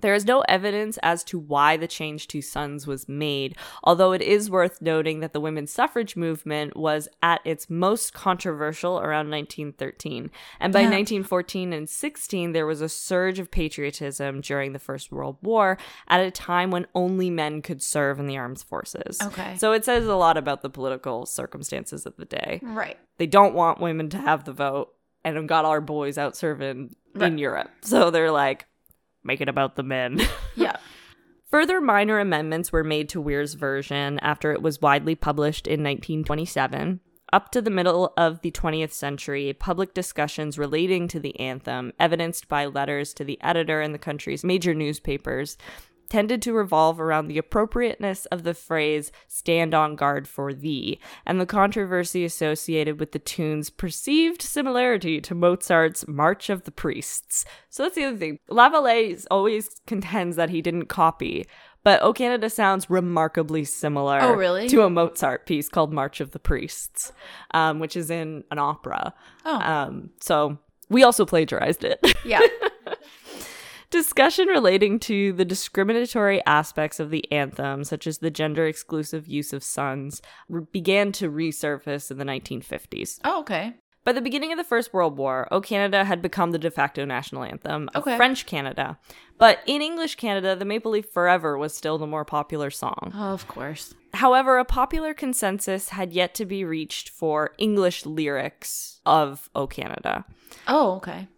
[SPEAKER 1] There is no evidence as to why the change to sons was made, although it is worth noting that the women's suffrage movement was at its most controversial around 1913. And by
[SPEAKER 2] Yeah.
[SPEAKER 1] 1914 and 16, there was a surge of patriotism during the First World War at a time when only men could serve in the armed forces.
[SPEAKER 2] Okay.
[SPEAKER 1] So it says a lot about the political circumstances of the day.
[SPEAKER 2] Right.
[SPEAKER 1] They don't want women to have the vote and got our boys out serving
[SPEAKER 2] Right.
[SPEAKER 1] in Europe. So they're like, make it about the men.
[SPEAKER 2] Yeah.
[SPEAKER 1] Further minor amendments were made to Weir's version after it was widely published in 1927. Up to the middle of the 20th century, public discussions relating to the anthem, evidenced by letters to the editor in the country's major newspapers, tended to revolve around the appropriateness of the phrase stand on guard for thee and the controversy associated with the tune's perceived similarity to Mozart's March of the Priests. So that's the other thing. Lavallee is- always contends that he didn't copy, but O Canada sounds remarkably similar
[SPEAKER 2] Oh, really?
[SPEAKER 1] to a Mozart piece called March of the Priests, um, which is in an opera.
[SPEAKER 2] Oh.
[SPEAKER 1] Um, so we also plagiarized it.
[SPEAKER 2] Yeah.
[SPEAKER 1] Discussion relating to the discriminatory aspects of the anthem, such as the gender exclusive use of sons, re- began to resurface in the 1950s.
[SPEAKER 2] oh, okay.
[SPEAKER 1] By the beginning of the First World War, O Canada had become the de facto national anthem of
[SPEAKER 2] Okay.
[SPEAKER 1] French Canada. But in English Canada, the Maple Leaf Forever was still the more popular song.
[SPEAKER 2] Oh, of course.
[SPEAKER 1] However, a popular consensus had yet to be reached for English lyrics of O Canada.
[SPEAKER 2] Oh, okay.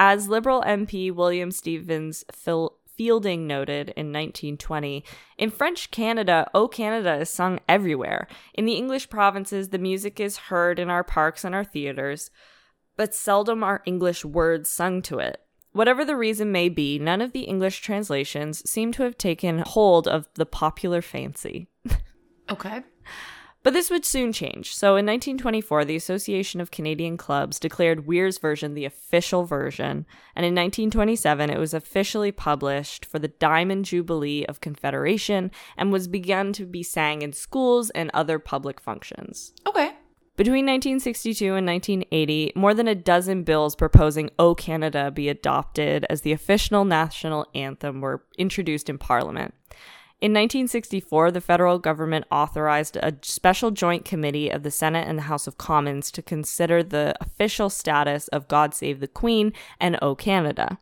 [SPEAKER 1] As Liberal MP William Stevens Phil- Fielding noted in 1920, in French Canada, O Canada is sung everywhere. In the English provinces, the music is heard in our parks and our theaters, but seldom are English words sung to it. Whatever the reason may be, none of the English translations seem to have taken hold of the popular fancy.
[SPEAKER 2] Okay.
[SPEAKER 1] But this would soon change. So in 1924, the Association of Canadian Clubs declared Weir's version the official version, and in 1927, it was officially published for the Diamond Jubilee of Confederation and was begun to be sang in schools and other public functions.
[SPEAKER 2] Okay.
[SPEAKER 1] Between 1962 and 1980, more than a dozen bills proposing O Canada be adopted as the official national anthem were introduced in Parliament. In 1964, the federal government authorized a special joint committee of the Senate and the House of Commons to consider the official status of God Save the Queen and O Canada.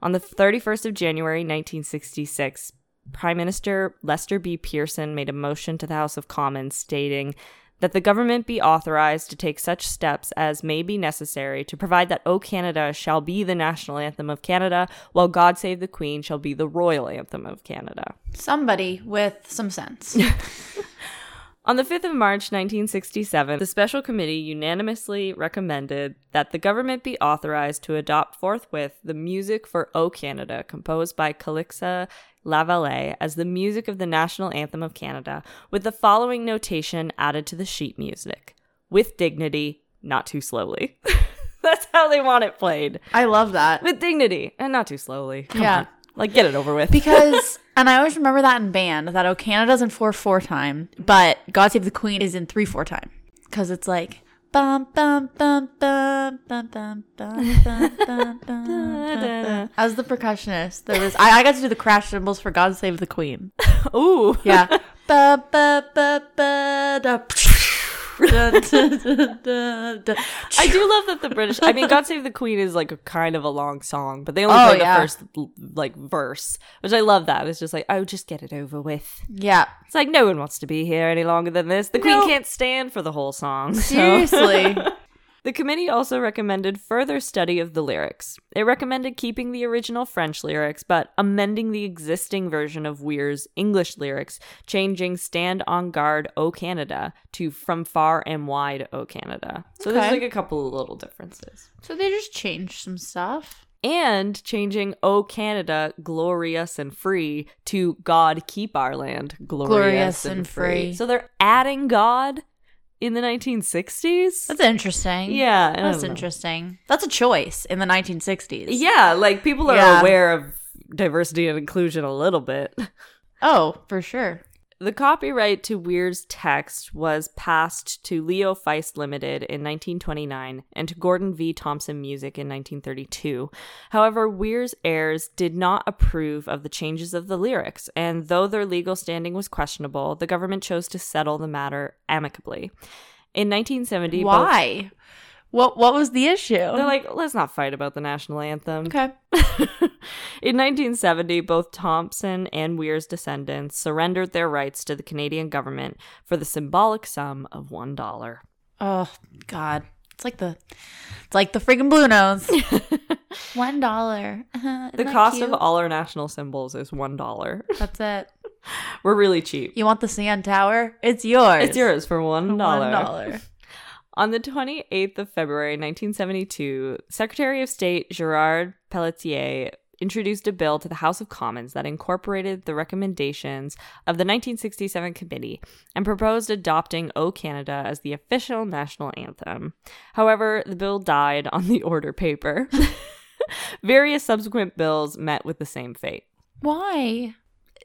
[SPEAKER 1] On the 31st of January 1966, Prime Minister Lester B. Pearson made a motion to the House of Commons stating that the government be authorized to take such steps as may be necessary to provide that O Canada shall be the national anthem of Canada, while God Save the Queen shall be the royal anthem of Canada.
[SPEAKER 2] Somebody with some sense.
[SPEAKER 1] On the 5th of March 1967, the special committee unanimously recommended that the government be authorized to adopt forthwith the music for O Canada, composed by Calixa Lavallee, as the music of the national anthem of Canada, with the following notation added to the sheet music with dignity, not too slowly. That's how they want it played.
[SPEAKER 2] I love that.
[SPEAKER 1] With dignity and not too slowly. Come
[SPEAKER 2] Yeah.
[SPEAKER 1] on. Like, get it over with.
[SPEAKER 2] Because, and I always remember that in band that Oh Canada's in 4 4 time, but God Save the Queen is in 3 4 time. Because it's like. Bum, bum, bum, bum, bum, bum, bum, bum, bum, bum, bum. As the percussionist, there was I, I got to do the crash cymbals for "God Save the Queen."
[SPEAKER 1] Ooh.
[SPEAKER 2] Yeah. ba, ba, ba, ba, da, da, da, da, da, da.
[SPEAKER 1] I do love that the British. I mean, "God Save the Queen" is like a kind of a long song, but they only
[SPEAKER 2] Oh,
[SPEAKER 1] play
[SPEAKER 2] yeah.
[SPEAKER 1] the first like verse, which I love. That it's just like, oh, just get it over with.
[SPEAKER 2] Yeah.
[SPEAKER 1] It's like no one wants to be here any longer than this. The Queen
[SPEAKER 2] No.
[SPEAKER 1] can't stand for the whole song. So.
[SPEAKER 2] Seriously.
[SPEAKER 1] The committee also recommended further study of the lyrics. It recommended keeping the original French lyrics, but amending the existing version of Weir's English lyrics, changing Stand on Guard, O Canada to From Far and Wide, O Canada. So
[SPEAKER 2] Okay.
[SPEAKER 1] there's like a couple of little differences.
[SPEAKER 2] so they just changed some stuff.
[SPEAKER 1] And changing O Canada, glorious and free to God keep our land, glorious,
[SPEAKER 2] Glorious
[SPEAKER 1] and,
[SPEAKER 2] and
[SPEAKER 1] free.
[SPEAKER 2] free.
[SPEAKER 1] So they're adding God in the 1960s?
[SPEAKER 2] That's interesting.
[SPEAKER 1] yeah. I
[SPEAKER 2] That's
[SPEAKER 1] don't know.
[SPEAKER 2] interesting. That's a choice in the 1960s.
[SPEAKER 1] Yeah, like people are
[SPEAKER 2] Yeah.
[SPEAKER 1] aware of diversity and inclusion a little bit.
[SPEAKER 2] Oh, for sure.
[SPEAKER 1] The copyright to Weir's text was passed to Leo Feist Limited in 1929 and to Gordon V. Thompson Music in 1932. However, Weir's heirs did not approve of the changes of the lyrics, and though their legal standing was questionable, the government chose to settle the matter amicably. In 1970, both-
[SPEAKER 2] Why? What What was the issue?
[SPEAKER 1] they're like, let's not fight about the national anthem.
[SPEAKER 2] okay.
[SPEAKER 1] In 1970, both Thompson and Weir's descendants surrendered their rights to the Canadian government for the symbolic sum of $1.
[SPEAKER 2] Oh God. It's like the it's like the freaking blue nose. One dollar.
[SPEAKER 1] The cost of all our national symbols is $1.
[SPEAKER 2] That's it.
[SPEAKER 1] We're really cheap.
[SPEAKER 2] You want the sand tower? It's yours.
[SPEAKER 1] It's yours for $1.
[SPEAKER 2] One dollar.
[SPEAKER 1] On the 28th of February 1972, Secretary of State Gerard Pelletier introduced a bill to the House of Commons that incorporated the recommendations of the 1967 committee and proposed adopting O Canada as the official national anthem. However, the bill died on the order paper. Various subsequent bills met with the same fate.
[SPEAKER 2] Why?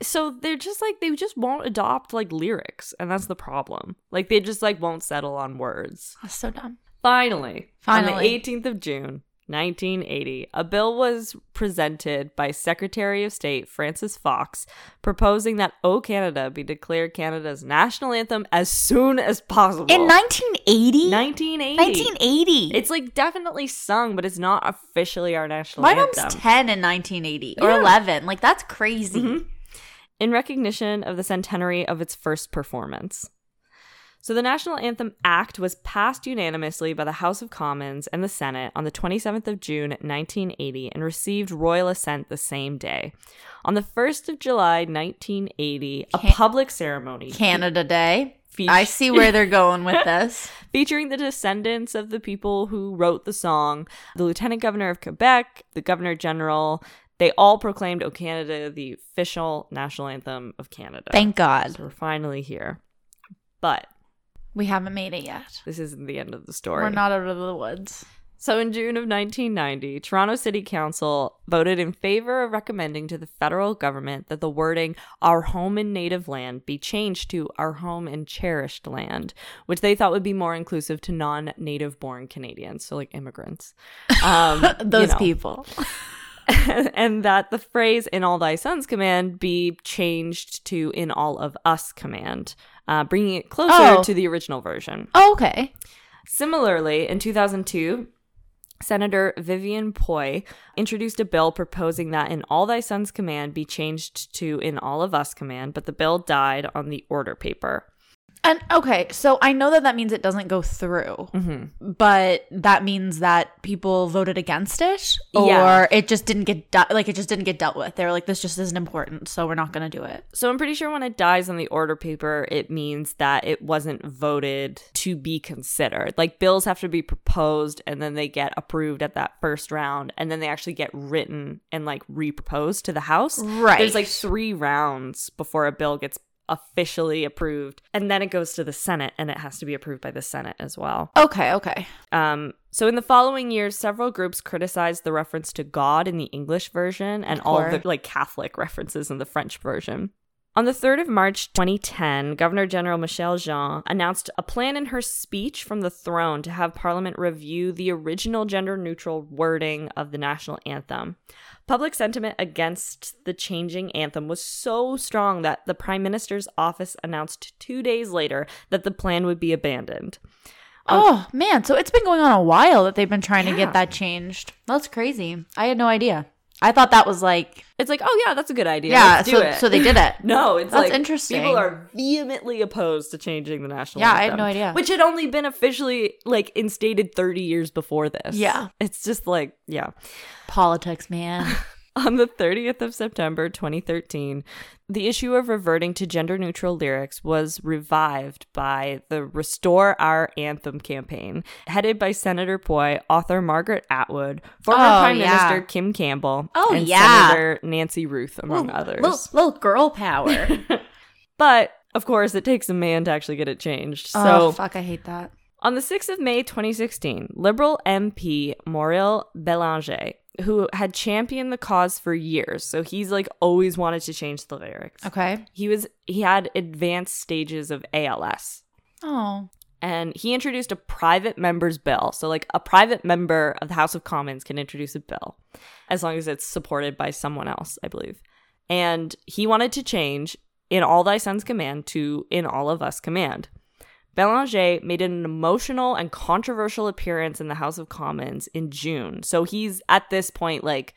[SPEAKER 1] So they're just like they just won't adopt like lyrics, and that's the problem. Like they just like won't settle on words.
[SPEAKER 2] That's Oh, so dumb.
[SPEAKER 1] Finally, on
[SPEAKER 2] Finally.
[SPEAKER 1] the 18th of June, 1980, a bill was presented by Secretary of State Francis Fox proposing that O Canada be declared Canada's national anthem as soon as possible.
[SPEAKER 2] In 1980?
[SPEAKER 1] 1980.
[SPEAKER 2] 1980.
[SPEAKER 1] It's like definitely sung, but it's not officially our national
[SPEAKER 2] My
[SPEAKER 1] anthem.
[SPEAKER 2] mom's 10 in 1980 or
[SPEAKER 1] Yeah.
[SPEAKER 2] 11. Like, that's crazy.
[SPEAKER 1] Mhm. in recognition of the centenary of its first performance. So, the National Anthem Act was passed unanimously by the House of Commons and the Senate on the 27th of June 1980 and received royal assent the same day. On the 1st of July 1980, a
[SPEAKER 2] Can-
[SPEAKER 1] public ceremony
[SPEAKER 2] Canada Day.
[SPEAKER 1] fe-
[SPEAKER 2] I see where they're going with this.
[SPEAKER 1] featuring the descendants of the people who wrote the song, the Lieutenant Governor of Quebec, the Governor General, they all proclaimed O Canada the official national anthem of Canada.
[SPEAKER 2] Thank God.
[SPEAKER 1] So we're finally here. But
[SPEAKER 2] We haven't made it yet.
[SPEAKER 1] this isn't the end of the story.
[SPEAKER 2] We're not out of the woods.
[SPEAKER 1] so in June of 1990, Toronto City Council voted in favor of recommending to the federal government that the wording our home and native land be changed to our home and cherished land, which they thought would be more inclusive to non-native born Canadians, so like immigrants. Um, you
[SPEAKER 2] Those
[SPEAKER 1] know.
[SPEAKER 2] people.
[SPEAKER 1] and that the phrase in all thy sons command be changed to in all of us command, uh, bringing it closer
[SPEAKER 2] Oh.
[SPEAKER 1] to the original version.
[SPEAKER 2] Oh, okay.
[SPEAKER 1] Similarly, in 2002, Senator Vivian Poy introduced a bill proposing that in all thy sons command be changed to in all of us command, but the bill died on the order paper.
[SPEAKER 2] And okay, so I know that that means it doesn't go through, but that means that people voted against it, or
[SPEAKER 1] Yeah.
[SPEAKER 2] it just didn't get de- like it just didn't get dealt with. They were like, "This just isn't important, so we're not going to do it."
[SPEAKER 1] So I'm pretty sure when it dies on the order paper, it means that it wasn't voted to be considered. Like bills have to be proposed and then they get approved at that first round and then they actually get written and like reproposed to the House.
[SPEAKER 2] Right.
[SPEAKER 1] There's like three rounds before a bill gets officially approved and then it goes to the Senate and it has to be approved by the Senate as well.
[SPEAKER 2] okay, okay,
[SPEAKER 1] Um, so in the following years, several groups criticized the reference to God in the English version and all of
[SPEAKER 2] Sure.
[SPEAKER 1] the like Catholic references in the French version. On the 3rd of March 2010, Governor General Michel Jean announced a plan in her speech from the throne to have Parliament review the original gender neutral wording of the national anthem. Public sentiment against the changing anthem was so strong that the Prime Minister's office announced two days later that the plan would be abandoned.
[SPEAKER 2] Oh man, so it's been going on a while that they've been trying to
[SPEAKER 1] Yeah.
[SPEAKER 2] get that changed. That's crazy. I had no idea. I thought that was like
[SPEAKER 1] It's like, oh yeah, that's a good idea.
[SPEAKER 2] yeah,
[SPEAKER 1] Let's do
[SPEAKER 2] so
[SPEAKER 1] it.
[SPEAKER 2] so they did it.
[SPEAKER 1] No, it's
[SPEAKER 2] That's
[SPEAKER 1] like
[SPEAKER 2] interesting.
[SPEAKER 1] People are vehemently opposed to changing the national.
[SPEAKER 2] Yeah, I
[SPEAKER 1] anthem,
[SPEAKER 2] had no idea.
[SPEAKER 1] Which had only been officially like instated 30 years before this.
[SPEAKER 2] Yeah.
[SPEAKER 1] it's just like yeah.
[SPEAKER 2] Politics, man.
[SPEAKER 1] On the 30th of September 2013, the issue of reverting to gender neutral lyrics was revived by the Restore Our Anthem campaign, headed by Senator Poi, author Margaret Atwood, former
[SPEAKER 2] Oh,
[SPEAKER 1] Prime
[SPEAKER 2] yeah.
[SPEAKER 1] Minister Kim Campbell,
[SPEAKER 2] Oh,
[SPEAKER 1] and
[SPEAKER 2] yeah.
[SPEAKER 1] Senator Nancy Ruth, among others.
[SPEAKER 2] Little, little girl power.
[SPEAKER 1] But of course, it takes a man to actually get it changed. So
[SPEAKER 2] oh fuck, I hate that.
[SPEAKER 1] on the 6th of May 2016, Liberal MP Mauriel Belanger, who had championed the cause for years, so he's like always wanted to change the lyrics.
[SPEAKER 2] Okay.
[SPEAKER 1] He was he had advanced stages of ALS.
[SPEAKER 2] Oh.
[SPEAKER 1] And he introduced a private member's bill. So, like, a private member of the House of Commons can introduce a bill as long as it's supported by someone else, I believe. And he wanted to change in all thy sons command to in all of us command. Belanger made an emotional and controversial appearance in the House of Commons in June. So he's at this point like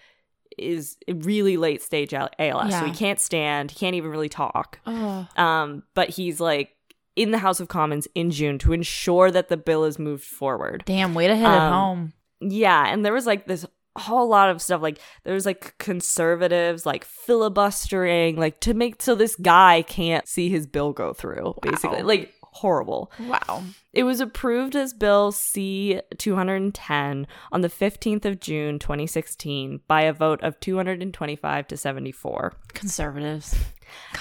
[SPEAKER 1] is really late stage ALS. So he
[SPEAKER 2] Yeah.
[SPEAKER 1] can't stand, he can't even really talk.
[SPEAKER 2] Oh.
[SPEAKER 1] Um, but he's like in the House of Commons in June to ensure that the bill is moved forward.
[SPEAKER 2] Damn, way to hit
[SPEAKER 1] Um,
[SPEAKER 2] it home.
[SPEAKER 1] Yeah, and there was like this whole lot of stuff like there was like conservatives like filibustering like to make so this guy can't see his bill go through basically
[SPEAKER 2] Wow.
[SPEAKER 1] like horrible.
[SPEAKER 2] Wow.
[SPEAKER 1] It was approved as Bill C 210 on the 15th of June 2016 by a vote of 225 to 74.
[SPEAKER 2] Conservatives.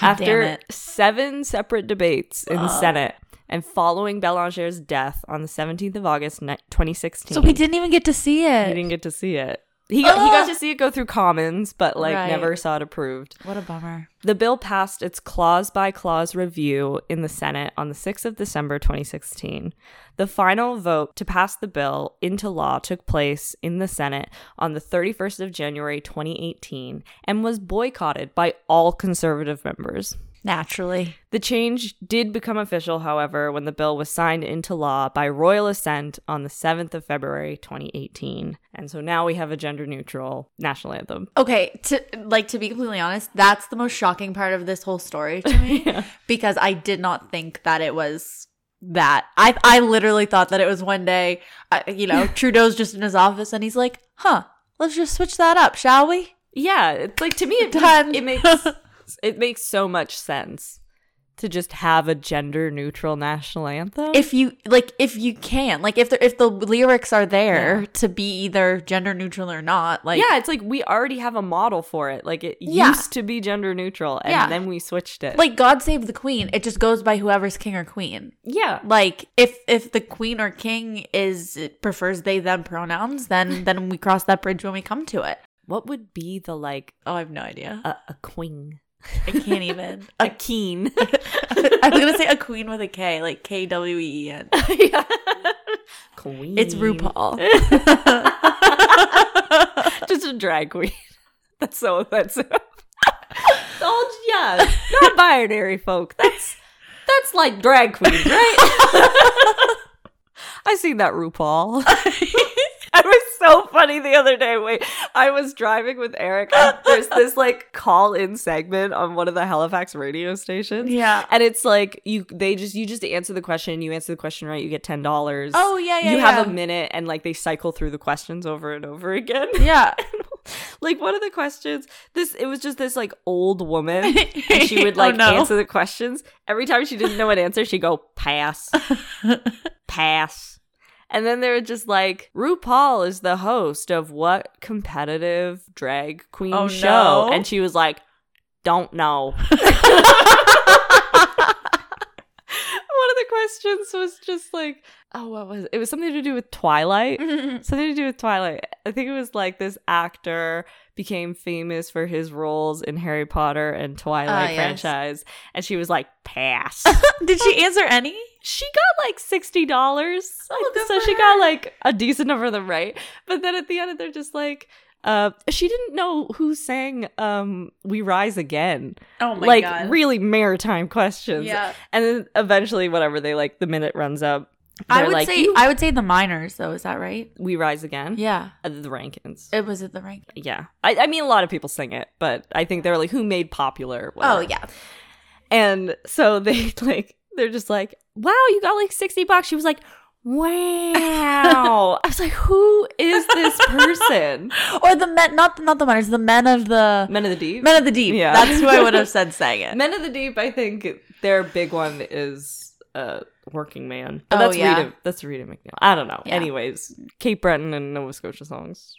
[SPEAKER 2] God damn
[SPEAKER 1] After
[SPEAKER 2] it.
[SPEAKER 1] seven separate debates in the Senate and following Belanger's death on the 17th of August ni- 2016.
[SPEAKER 2] So we didn't even get to see
[SPEAKER 1] He
[SPEAKER 2] it.
[SPEAKER 1] didn't get to see it. He got, he got
[SPEAKER 2] Ugh.
[SPEAKER 1] to see it go through Commons, but like
[SPEAKER 2] Right.
[SPEAKER 1] never saw it approved.
[SPEAKER 2] What a bummer.
[SPEAKER 1] The bill passed its clause by clause review in the Senate on the 6th of December 2016. The final vote to pass the bill into law took place in the Senate on the 31st of January 2018 and was boycotted by all conservative members.
[SPEAKER 2] Naturally.
[SPEAKER 1] The change did become official, however, when the bill was signed into law by royal assent on the 7th of February 2018. And so now we have a gender neutral national anthem.
[SPEAKER 2] Okay, to like to be completely honest, that's the most shocking part of this whole story to me because I did not think that it was that. I I literally thought that it was one day, uh, you know, Trudeau's just in his office and he's like, "Huh, let's just switch that up, shall we?"
[SPEAKER 1] Yeah, it's like to me it,
[SPEAKER 2] Done.
[SPEAKER 1] it makes it makes so much sense to just have a gender neutral national anthem.
[SPEAKER 2] If you like if you can, like if the if the lyrics are there to be either gender neutral or not, like
[SPEAKER 1] yeah, it's like we already have a model for it. Like it
[SPEAKER 2] Yeah.
[SPEAKER 1] used to be gender neutral and
[SPEAKER 2] Yeah.
[SPEAKER 1] then we switched it.
[SPEAKER 2] like God save the queen, it just goes by whoever's king or queen.
[SPEAKER 1] yeah.
[SPEAKER 2] like if if the queen or king is prefers they them pronouns then then we cross that bridge when we come to it
[SPEAKER 1] What would be the like
[SPEAKER 2] oh i have no idea
[SPEAKER 1] a, a queen?
[SPEAKER 2] i can't even
[SPEAKER 1] A keen.
[SPEAKER 2] i was gonna say a queen with a k like k-w-e-n
[SPEAKER 1] yeah. Queen.
[SPEAKER 2] it's rupaul
[SPEAKER 1] Just a drag queen. That's so offensive. oh yeah, non-binary folk. That's that's like drag queens, right? I seen that RuPaul. It was so funny the other day. Wait, I was driving with Eric. And there's this like call-in segment on one of the Halifax radio stations.
[SPEAKER 2] yeah
[SPEAKER 1] And it's like you they just you just answer the question, you answer the question right, you get ten dollars.
[SPEAKER 2] oh yeah yeah
[SPEAKER 1] you
[SPEAKER 2] yeah.
[SPEAKER 1] have a minute and like they cycle through the questions over and over again.
[SPEAKER 2] yeah
[SPEAKER 1] like one of the questions, this it was just this like old woman and she would
[SPEAKER 2] Oh,
[SPEAKER 1] like
[SPEAKER 2] no.
[SPEAKER 1] answer the questions. Every time she didn't know an answer, she'd go pass. pass. And then they were just like, RuPaul is the host of what competitive drag queen
[SPEAKER 2] Oh,
[SPEAKER 1] show?
[SPEAKER 2] no.
[SPEAKER 1] And she was like, don't know. One of the questions was just like, oh, what was it? It was something to do with Twilight. Something to do with Twilight. I think it was like this actor became famous for his roles in Harry Potter and Twilight
[SPEAKER 2] Ah, yes.
[SPEAKER 1] franchise. And she was like, pass.
[SPEAKER 2] did she answer any
[SPEAKER 1] she got like $60. Like,
[SPEAKER 2] Oh, good
[SPEAKER 1] so
[SPEAKER 2] for
[SPEAKER 1] she
[SPEAKER 2] her.
[SPEAKER 1] got like a decent number of them right. But then at the end, they're just like, uh, she didn't know who sang um, We Rise Again.
[SPEAKER 2] oh
[SPEAKER 1] like really maritime questions.
[SPEAKER 2] yeah
[SPEAKER 1] And then eventually, whatever, they like, the minute runs up.
[SPEAKER 2] i
[SPEAKER 1] They're
[SPEAKER 2] would
[SPEAKER 1] like,
[SPEAKER 2] say
[SPEAKER 1] "You-
[SPEAKER 2] i would say the minors though is that right
[SPEAKER 1] We Rise Again.
[SPEAKER 2] yeah
[SPEAKER 1] Uh, The Rankins.
[SPEAKER 2] it was at the rank
[SPEAKER 1] Yeah. I, I mean, a lot of people sing it, but I think they're like, who made popular? whatever.
[SPEAKER 2] oh yeah
[SPEAKER 1] And so they like, they're just like, wow, you got like 60 bucks. She was like, wow. I was like, who is this person?
[SPEAKER 2] or the men not not the minors the men of the
[SPEAKER 1] Men of the Deep.
[SPEAKER 2] Men of the Deep.
[SPEAKER 1] Yeah.
[SPEAKER 2] That's who I would have said sang it.
[SPEAKER 1] Men of the Deep, I think their big one is uh, Working Man. But
[SPEAKER 2] Oh,
[SPEAKER 1] that's
[SPEAKER 2] yeah.
[SPEAKER 1] Rita. That's Rita McNeil. I don't know.
[SPEAKER 2] Yeah.
[SPEAKER 1] Anyways, Cape Breton and Nova Scotia songs.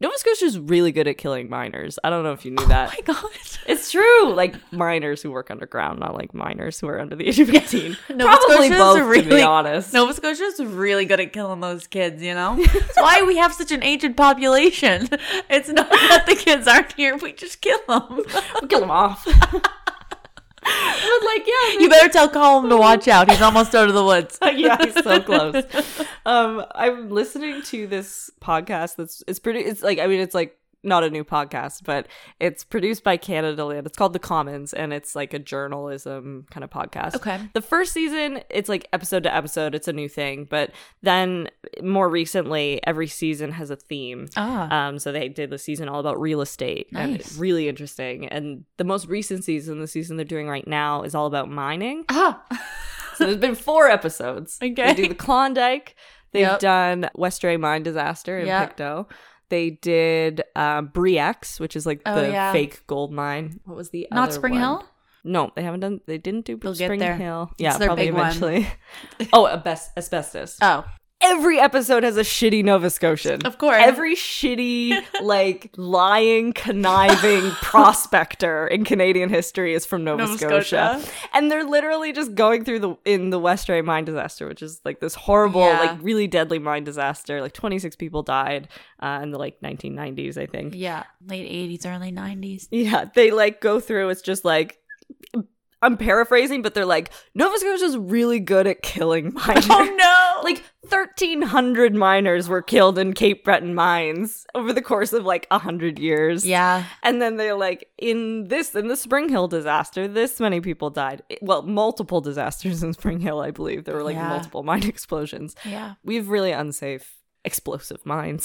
[SPEAKER 1] Nova Scotia's really good at killing minors. I don't know if you knew that.
[SPEAKER 2] Oh my god.
[SPEAKER 1] It's true. Like minors who work underground, not like minors who are under the age of 18.
[SPEAKER 2] Nova
[SPEAKER 1] Probably
[SPEAKER 2] Scotia's
[SPEAKER 1] both, to be
[SPEAKER 2] really-
[SPEAKER 1] honest.
[SPEAKER 2] Nova Scotia's really good at killing those kids, you know? That's why we have such an aged population. It's not that the kids aren't here, we just kill them.
[SPEAKER 1] We'll kill them off. but like, yeah.
[SPEAKER 2] You better tell Colin to watch out. He's almost out of the woods.
[SPEAKER 1] yeah, he's so close. Um, I'm listening to this podcast that's it's pretty it's like I mean it's like not a new podcast, but it's produced by Canada Land. It's called The Commons and it's like a journalism kind of podcast.
[SPEAKER 2] Okay.
[SPEAKER 1] The first season, it's like episode to episode, it's a new thing, but then more recently, every season has a theme.
[SPEAKER 2] Ah.
[SPEAKER 1] Um, so they did the season all about real estate, and it's
[SPEAKER 2] Nice.
[SPEAKER 1] really interesting. And the most recent season, the season they're doing right now, is all about mining.
[SPEAKER 2] Ah.
[SPEAKER 1] So there's been four episodes.
[SPEAKER 2] Okay.
[SPEAKER 1] They do the Klondike. They've
[SPEAKER 2] Yep.
[SPEAKER 1] done Westray Mine Disaster in
[SPEAKER 2] Yep.
[SPEAKER 1] Pictou. They did um, Briex, which is like
[SPEAKER 2] Oh,
[SPEAKER 1] the
[SPEAKER 2] yeah.
[SPEAKER 1] fake gold mine. What was the
[SPEAKER 2] Not
[SPEAKER 1] other
[SPEAKER 2] Spring
[SPEAKER 1] one?
[SPEAKER 2] Hill?
[SPEAKER 1] No, they haven't done. They didn't do
[SPEAKER 2] They'll get
[SPEAKER 1] Spring
[SPEAKER 2] there.
[SPEAKER 1] Hill.
[SPEAKER 2] It's
[SPEAKER 1] Yeah,
[SPEAKER 2] their
[SPEAKER 1] probably
[SPEAKER 2] big one.
[SPEAKER 1] eventually. oh, abes- asbestos.
[SPEAKER 2] Oh,
[SPEAKER 1] Every episode has a shitty Nova Scotian.
[SPEAKER 2] of course.
[SPEAKER 1] Every shitty, like lying, conniving prospector in Canadian history is from Nova,
[SPEAKER 2] Nova
[SPEAKER 1] Scotia.
[SPEAKER 2] Scotia.
[SPEAKER 1] and they're literally just going through the in the Westray mine disaster, which is like this horrible,
[SPEAKER 2] Yeah.
[SPEAKER 1] like really deadly mine disaster. Like twenty six people died uh, in the like nineteen nineties, I think.
[SPEAKER 2] yeah, late eighties, early nineties.
[SPEAKER 1] Yeah, they like go through. It's just like I'm paraphrasing, but they're like Nova Scotia's really good at killing
[SPEAKER 2] Oh,
[SPEAKER 1] miners.
[SPEAKER 2] no! Like
[SPEAKER 1] Like 1,300 miners were killed in Cape Breton mines over the course of like 100 years.
[SPEAKER 2] yeah,
[SPEAKER 1] And then they're like, in this, in the Spring Hill disaster, this many people died. It- Well, multiple disasters in Spring Hill, I believe. There were like
[SPEAKER 2] Yeah.
[SPEAKER 1] multiple mine explosions.
[SPEAKER 2] yeah.
[SPEAKER 1] We have really unsafe explosive mines.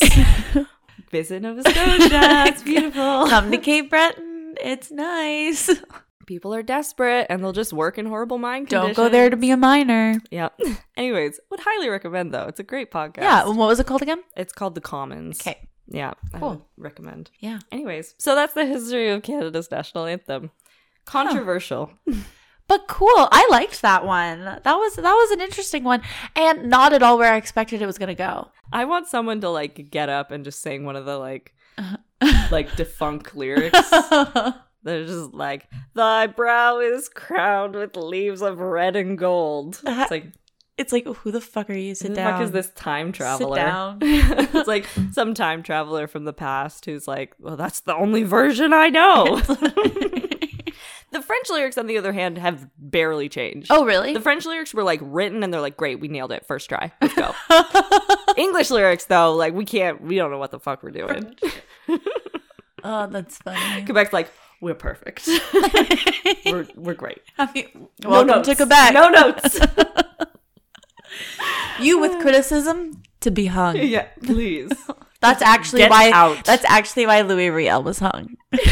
[SPEAKER 1] Visit Nova Scotia. It's beautiful.
[SPEAKER 2] Come to Cape Breton. It's nice.
[SPEAKER 1] People are desperate and they'll just work in horrible mine
[SPEAKER 2] Don't
[SPEAKER 1] conditions.
[SPEAKER 2] go there to be a minor.
[SPEAKER 1] Yeah. Anyways, would highly recommend though. It's a great podcast.
[SPEAKER 2] Yeah. And what was it called again?
[SPEAKER 1] It's called The Commons.
[SPEAKER 2] Okay.
[SPEAKER 1] Yeah. I
[SPEAKER 2] Cool.
[SPEAKER 1] would recommend.
[SPEAKER 2] Yeah.
[SPEAKER 1] Anyways, so that's the history of Canada's national anthem. Controversial.
[SPEAKER 2] But cool. I liked that one. That was that was an interesting one, and not at all where I expected it was gonna go.
[SPEAKER 1] I want someone to like get up and just sing one of the like
[SPEAKER 2] Uh-huh.
[SPEAKER 1] like defunct lyrics. They're just like, thy brow is crowned with leaves of red and gold. It's like,
[SPEAKER 2] it's like, who the fuck are you? Sit
[SPEAKER 1] who the
[SPEAKER 2] down.
[SPEAKER 1] fuck is this time traveler?
[SPEAKER 2] Sit down.
[SPEAKER 1] it's like some time traveler from the past who's like, well, that's the only version I know. the French lyrics, on the other hand, have barely changed.
[SPEAKER 2] oh really?
[SPEAKER 1] The French lyrics were like written and they're like, great, we nailed it first try. Let's go. English lyrics, though, like we can't, we don't know what the fuck we're doing.
[SPEAKER 2] oh, that's funny.
[SPEAKER 1] Quebec's like, we're perfect. we're, we're great.
[SPEAKER 2] I mean,
[SPEAKER 1] No
[SPEAKER 2] welcome
[SPEAKER 1] notes.
[SPEAKER 2] to Quebec.
[SPEAKER 1] No notes.
[SPEAKER 2] You with criticism to be hung.
[SPEAKER 1] yeah, please.
[SPEAKER 2] That's actually
[SPEAKER 1] Get
[SPEAKER 2] why.
[SPEAKER 1] out.
[SPEAKER 2] That's actually why Louis Riel was hung.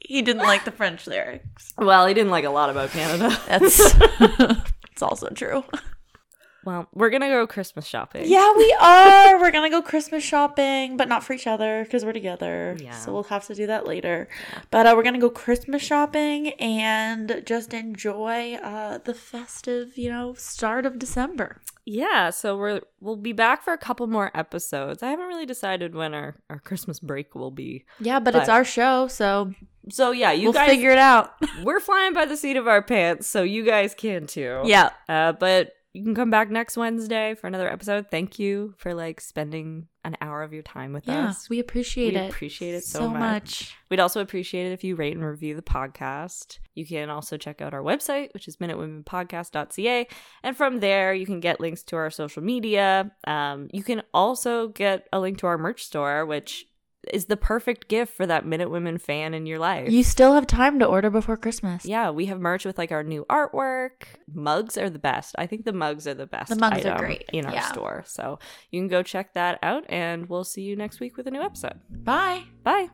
[SPEAKER 2] he didn't like the French lyrics.
[SPEAKER 1] Well, he didn't like a lot about Canada.
[SPEAKER 2] That's. It's also true.
[SPEAKER 1] Well, we're going to go Christmas shopping.
[SPEAKER 2] Yeah, we are. We're gonna go Christmas shopping, but not for each other because we're together.
[SPEAKER 1] Yeah.
[SPEAKER 2] So we'll have to do that later. But uh, we're gonna go Christmas shopping and just enjoy uh, the festive, you know, start of December.
[SPEAKER 1] Yeah, so we're we'll be back for a couple more episodes. I haven't really decided when our, our Christmas break will be.
[SPEAKER 2] Yeah, but, it's
[SPEAKER 1] But-
[SPEAKER 2] our show, so
[SPEAKER 1] So yeah, you
[SPEAKER 2] we'll
[SPEAKER 1] guys
[SPEAKER 2] figure it out.
[SPEAKER 1] we're flying by the seat of our pants, so you guys can too.
[SPEAKER 2] yeah.
[SPEAKER 1] Uh, but you can come back next Wednesday for another episode. Thank you for like spending an hour of your time with
[SPEAKER 2] Yeah,
[SPEAKER 1] us.
[SPEAKER 2] we appreciate
[SPEAKER 1] We
[SPEAKER 2] it.
[SPEAKER 1] appreciate it so much. We'd also appreciate it if you rate and review the podcast. You can also check out our website, which is minutewomenpodcast.ca. And from there, you can get links to our social media. Um, you can also get a link to our merch store, which is the perfect gift for that Minute Women fan in your life.
[SPEAKER 2] You still have time to order before Christmas.
[SPEAKER 1] yeah, we have merch with like our new artwork. Mugs are the best. I think the mugs are the best.
[SPEAKER 2] The mugs are
[SPEAKER 1] item
[SPEAKER 2] great.
[SPEAKER 1] in our
[SPEAKER 2] Yeah.
[SPEAKER 1] store. So you can go check that out, and we'll see you next week with a new episode.
[SPEAKER 2] Bye.
[SPEAKER 1] Bye.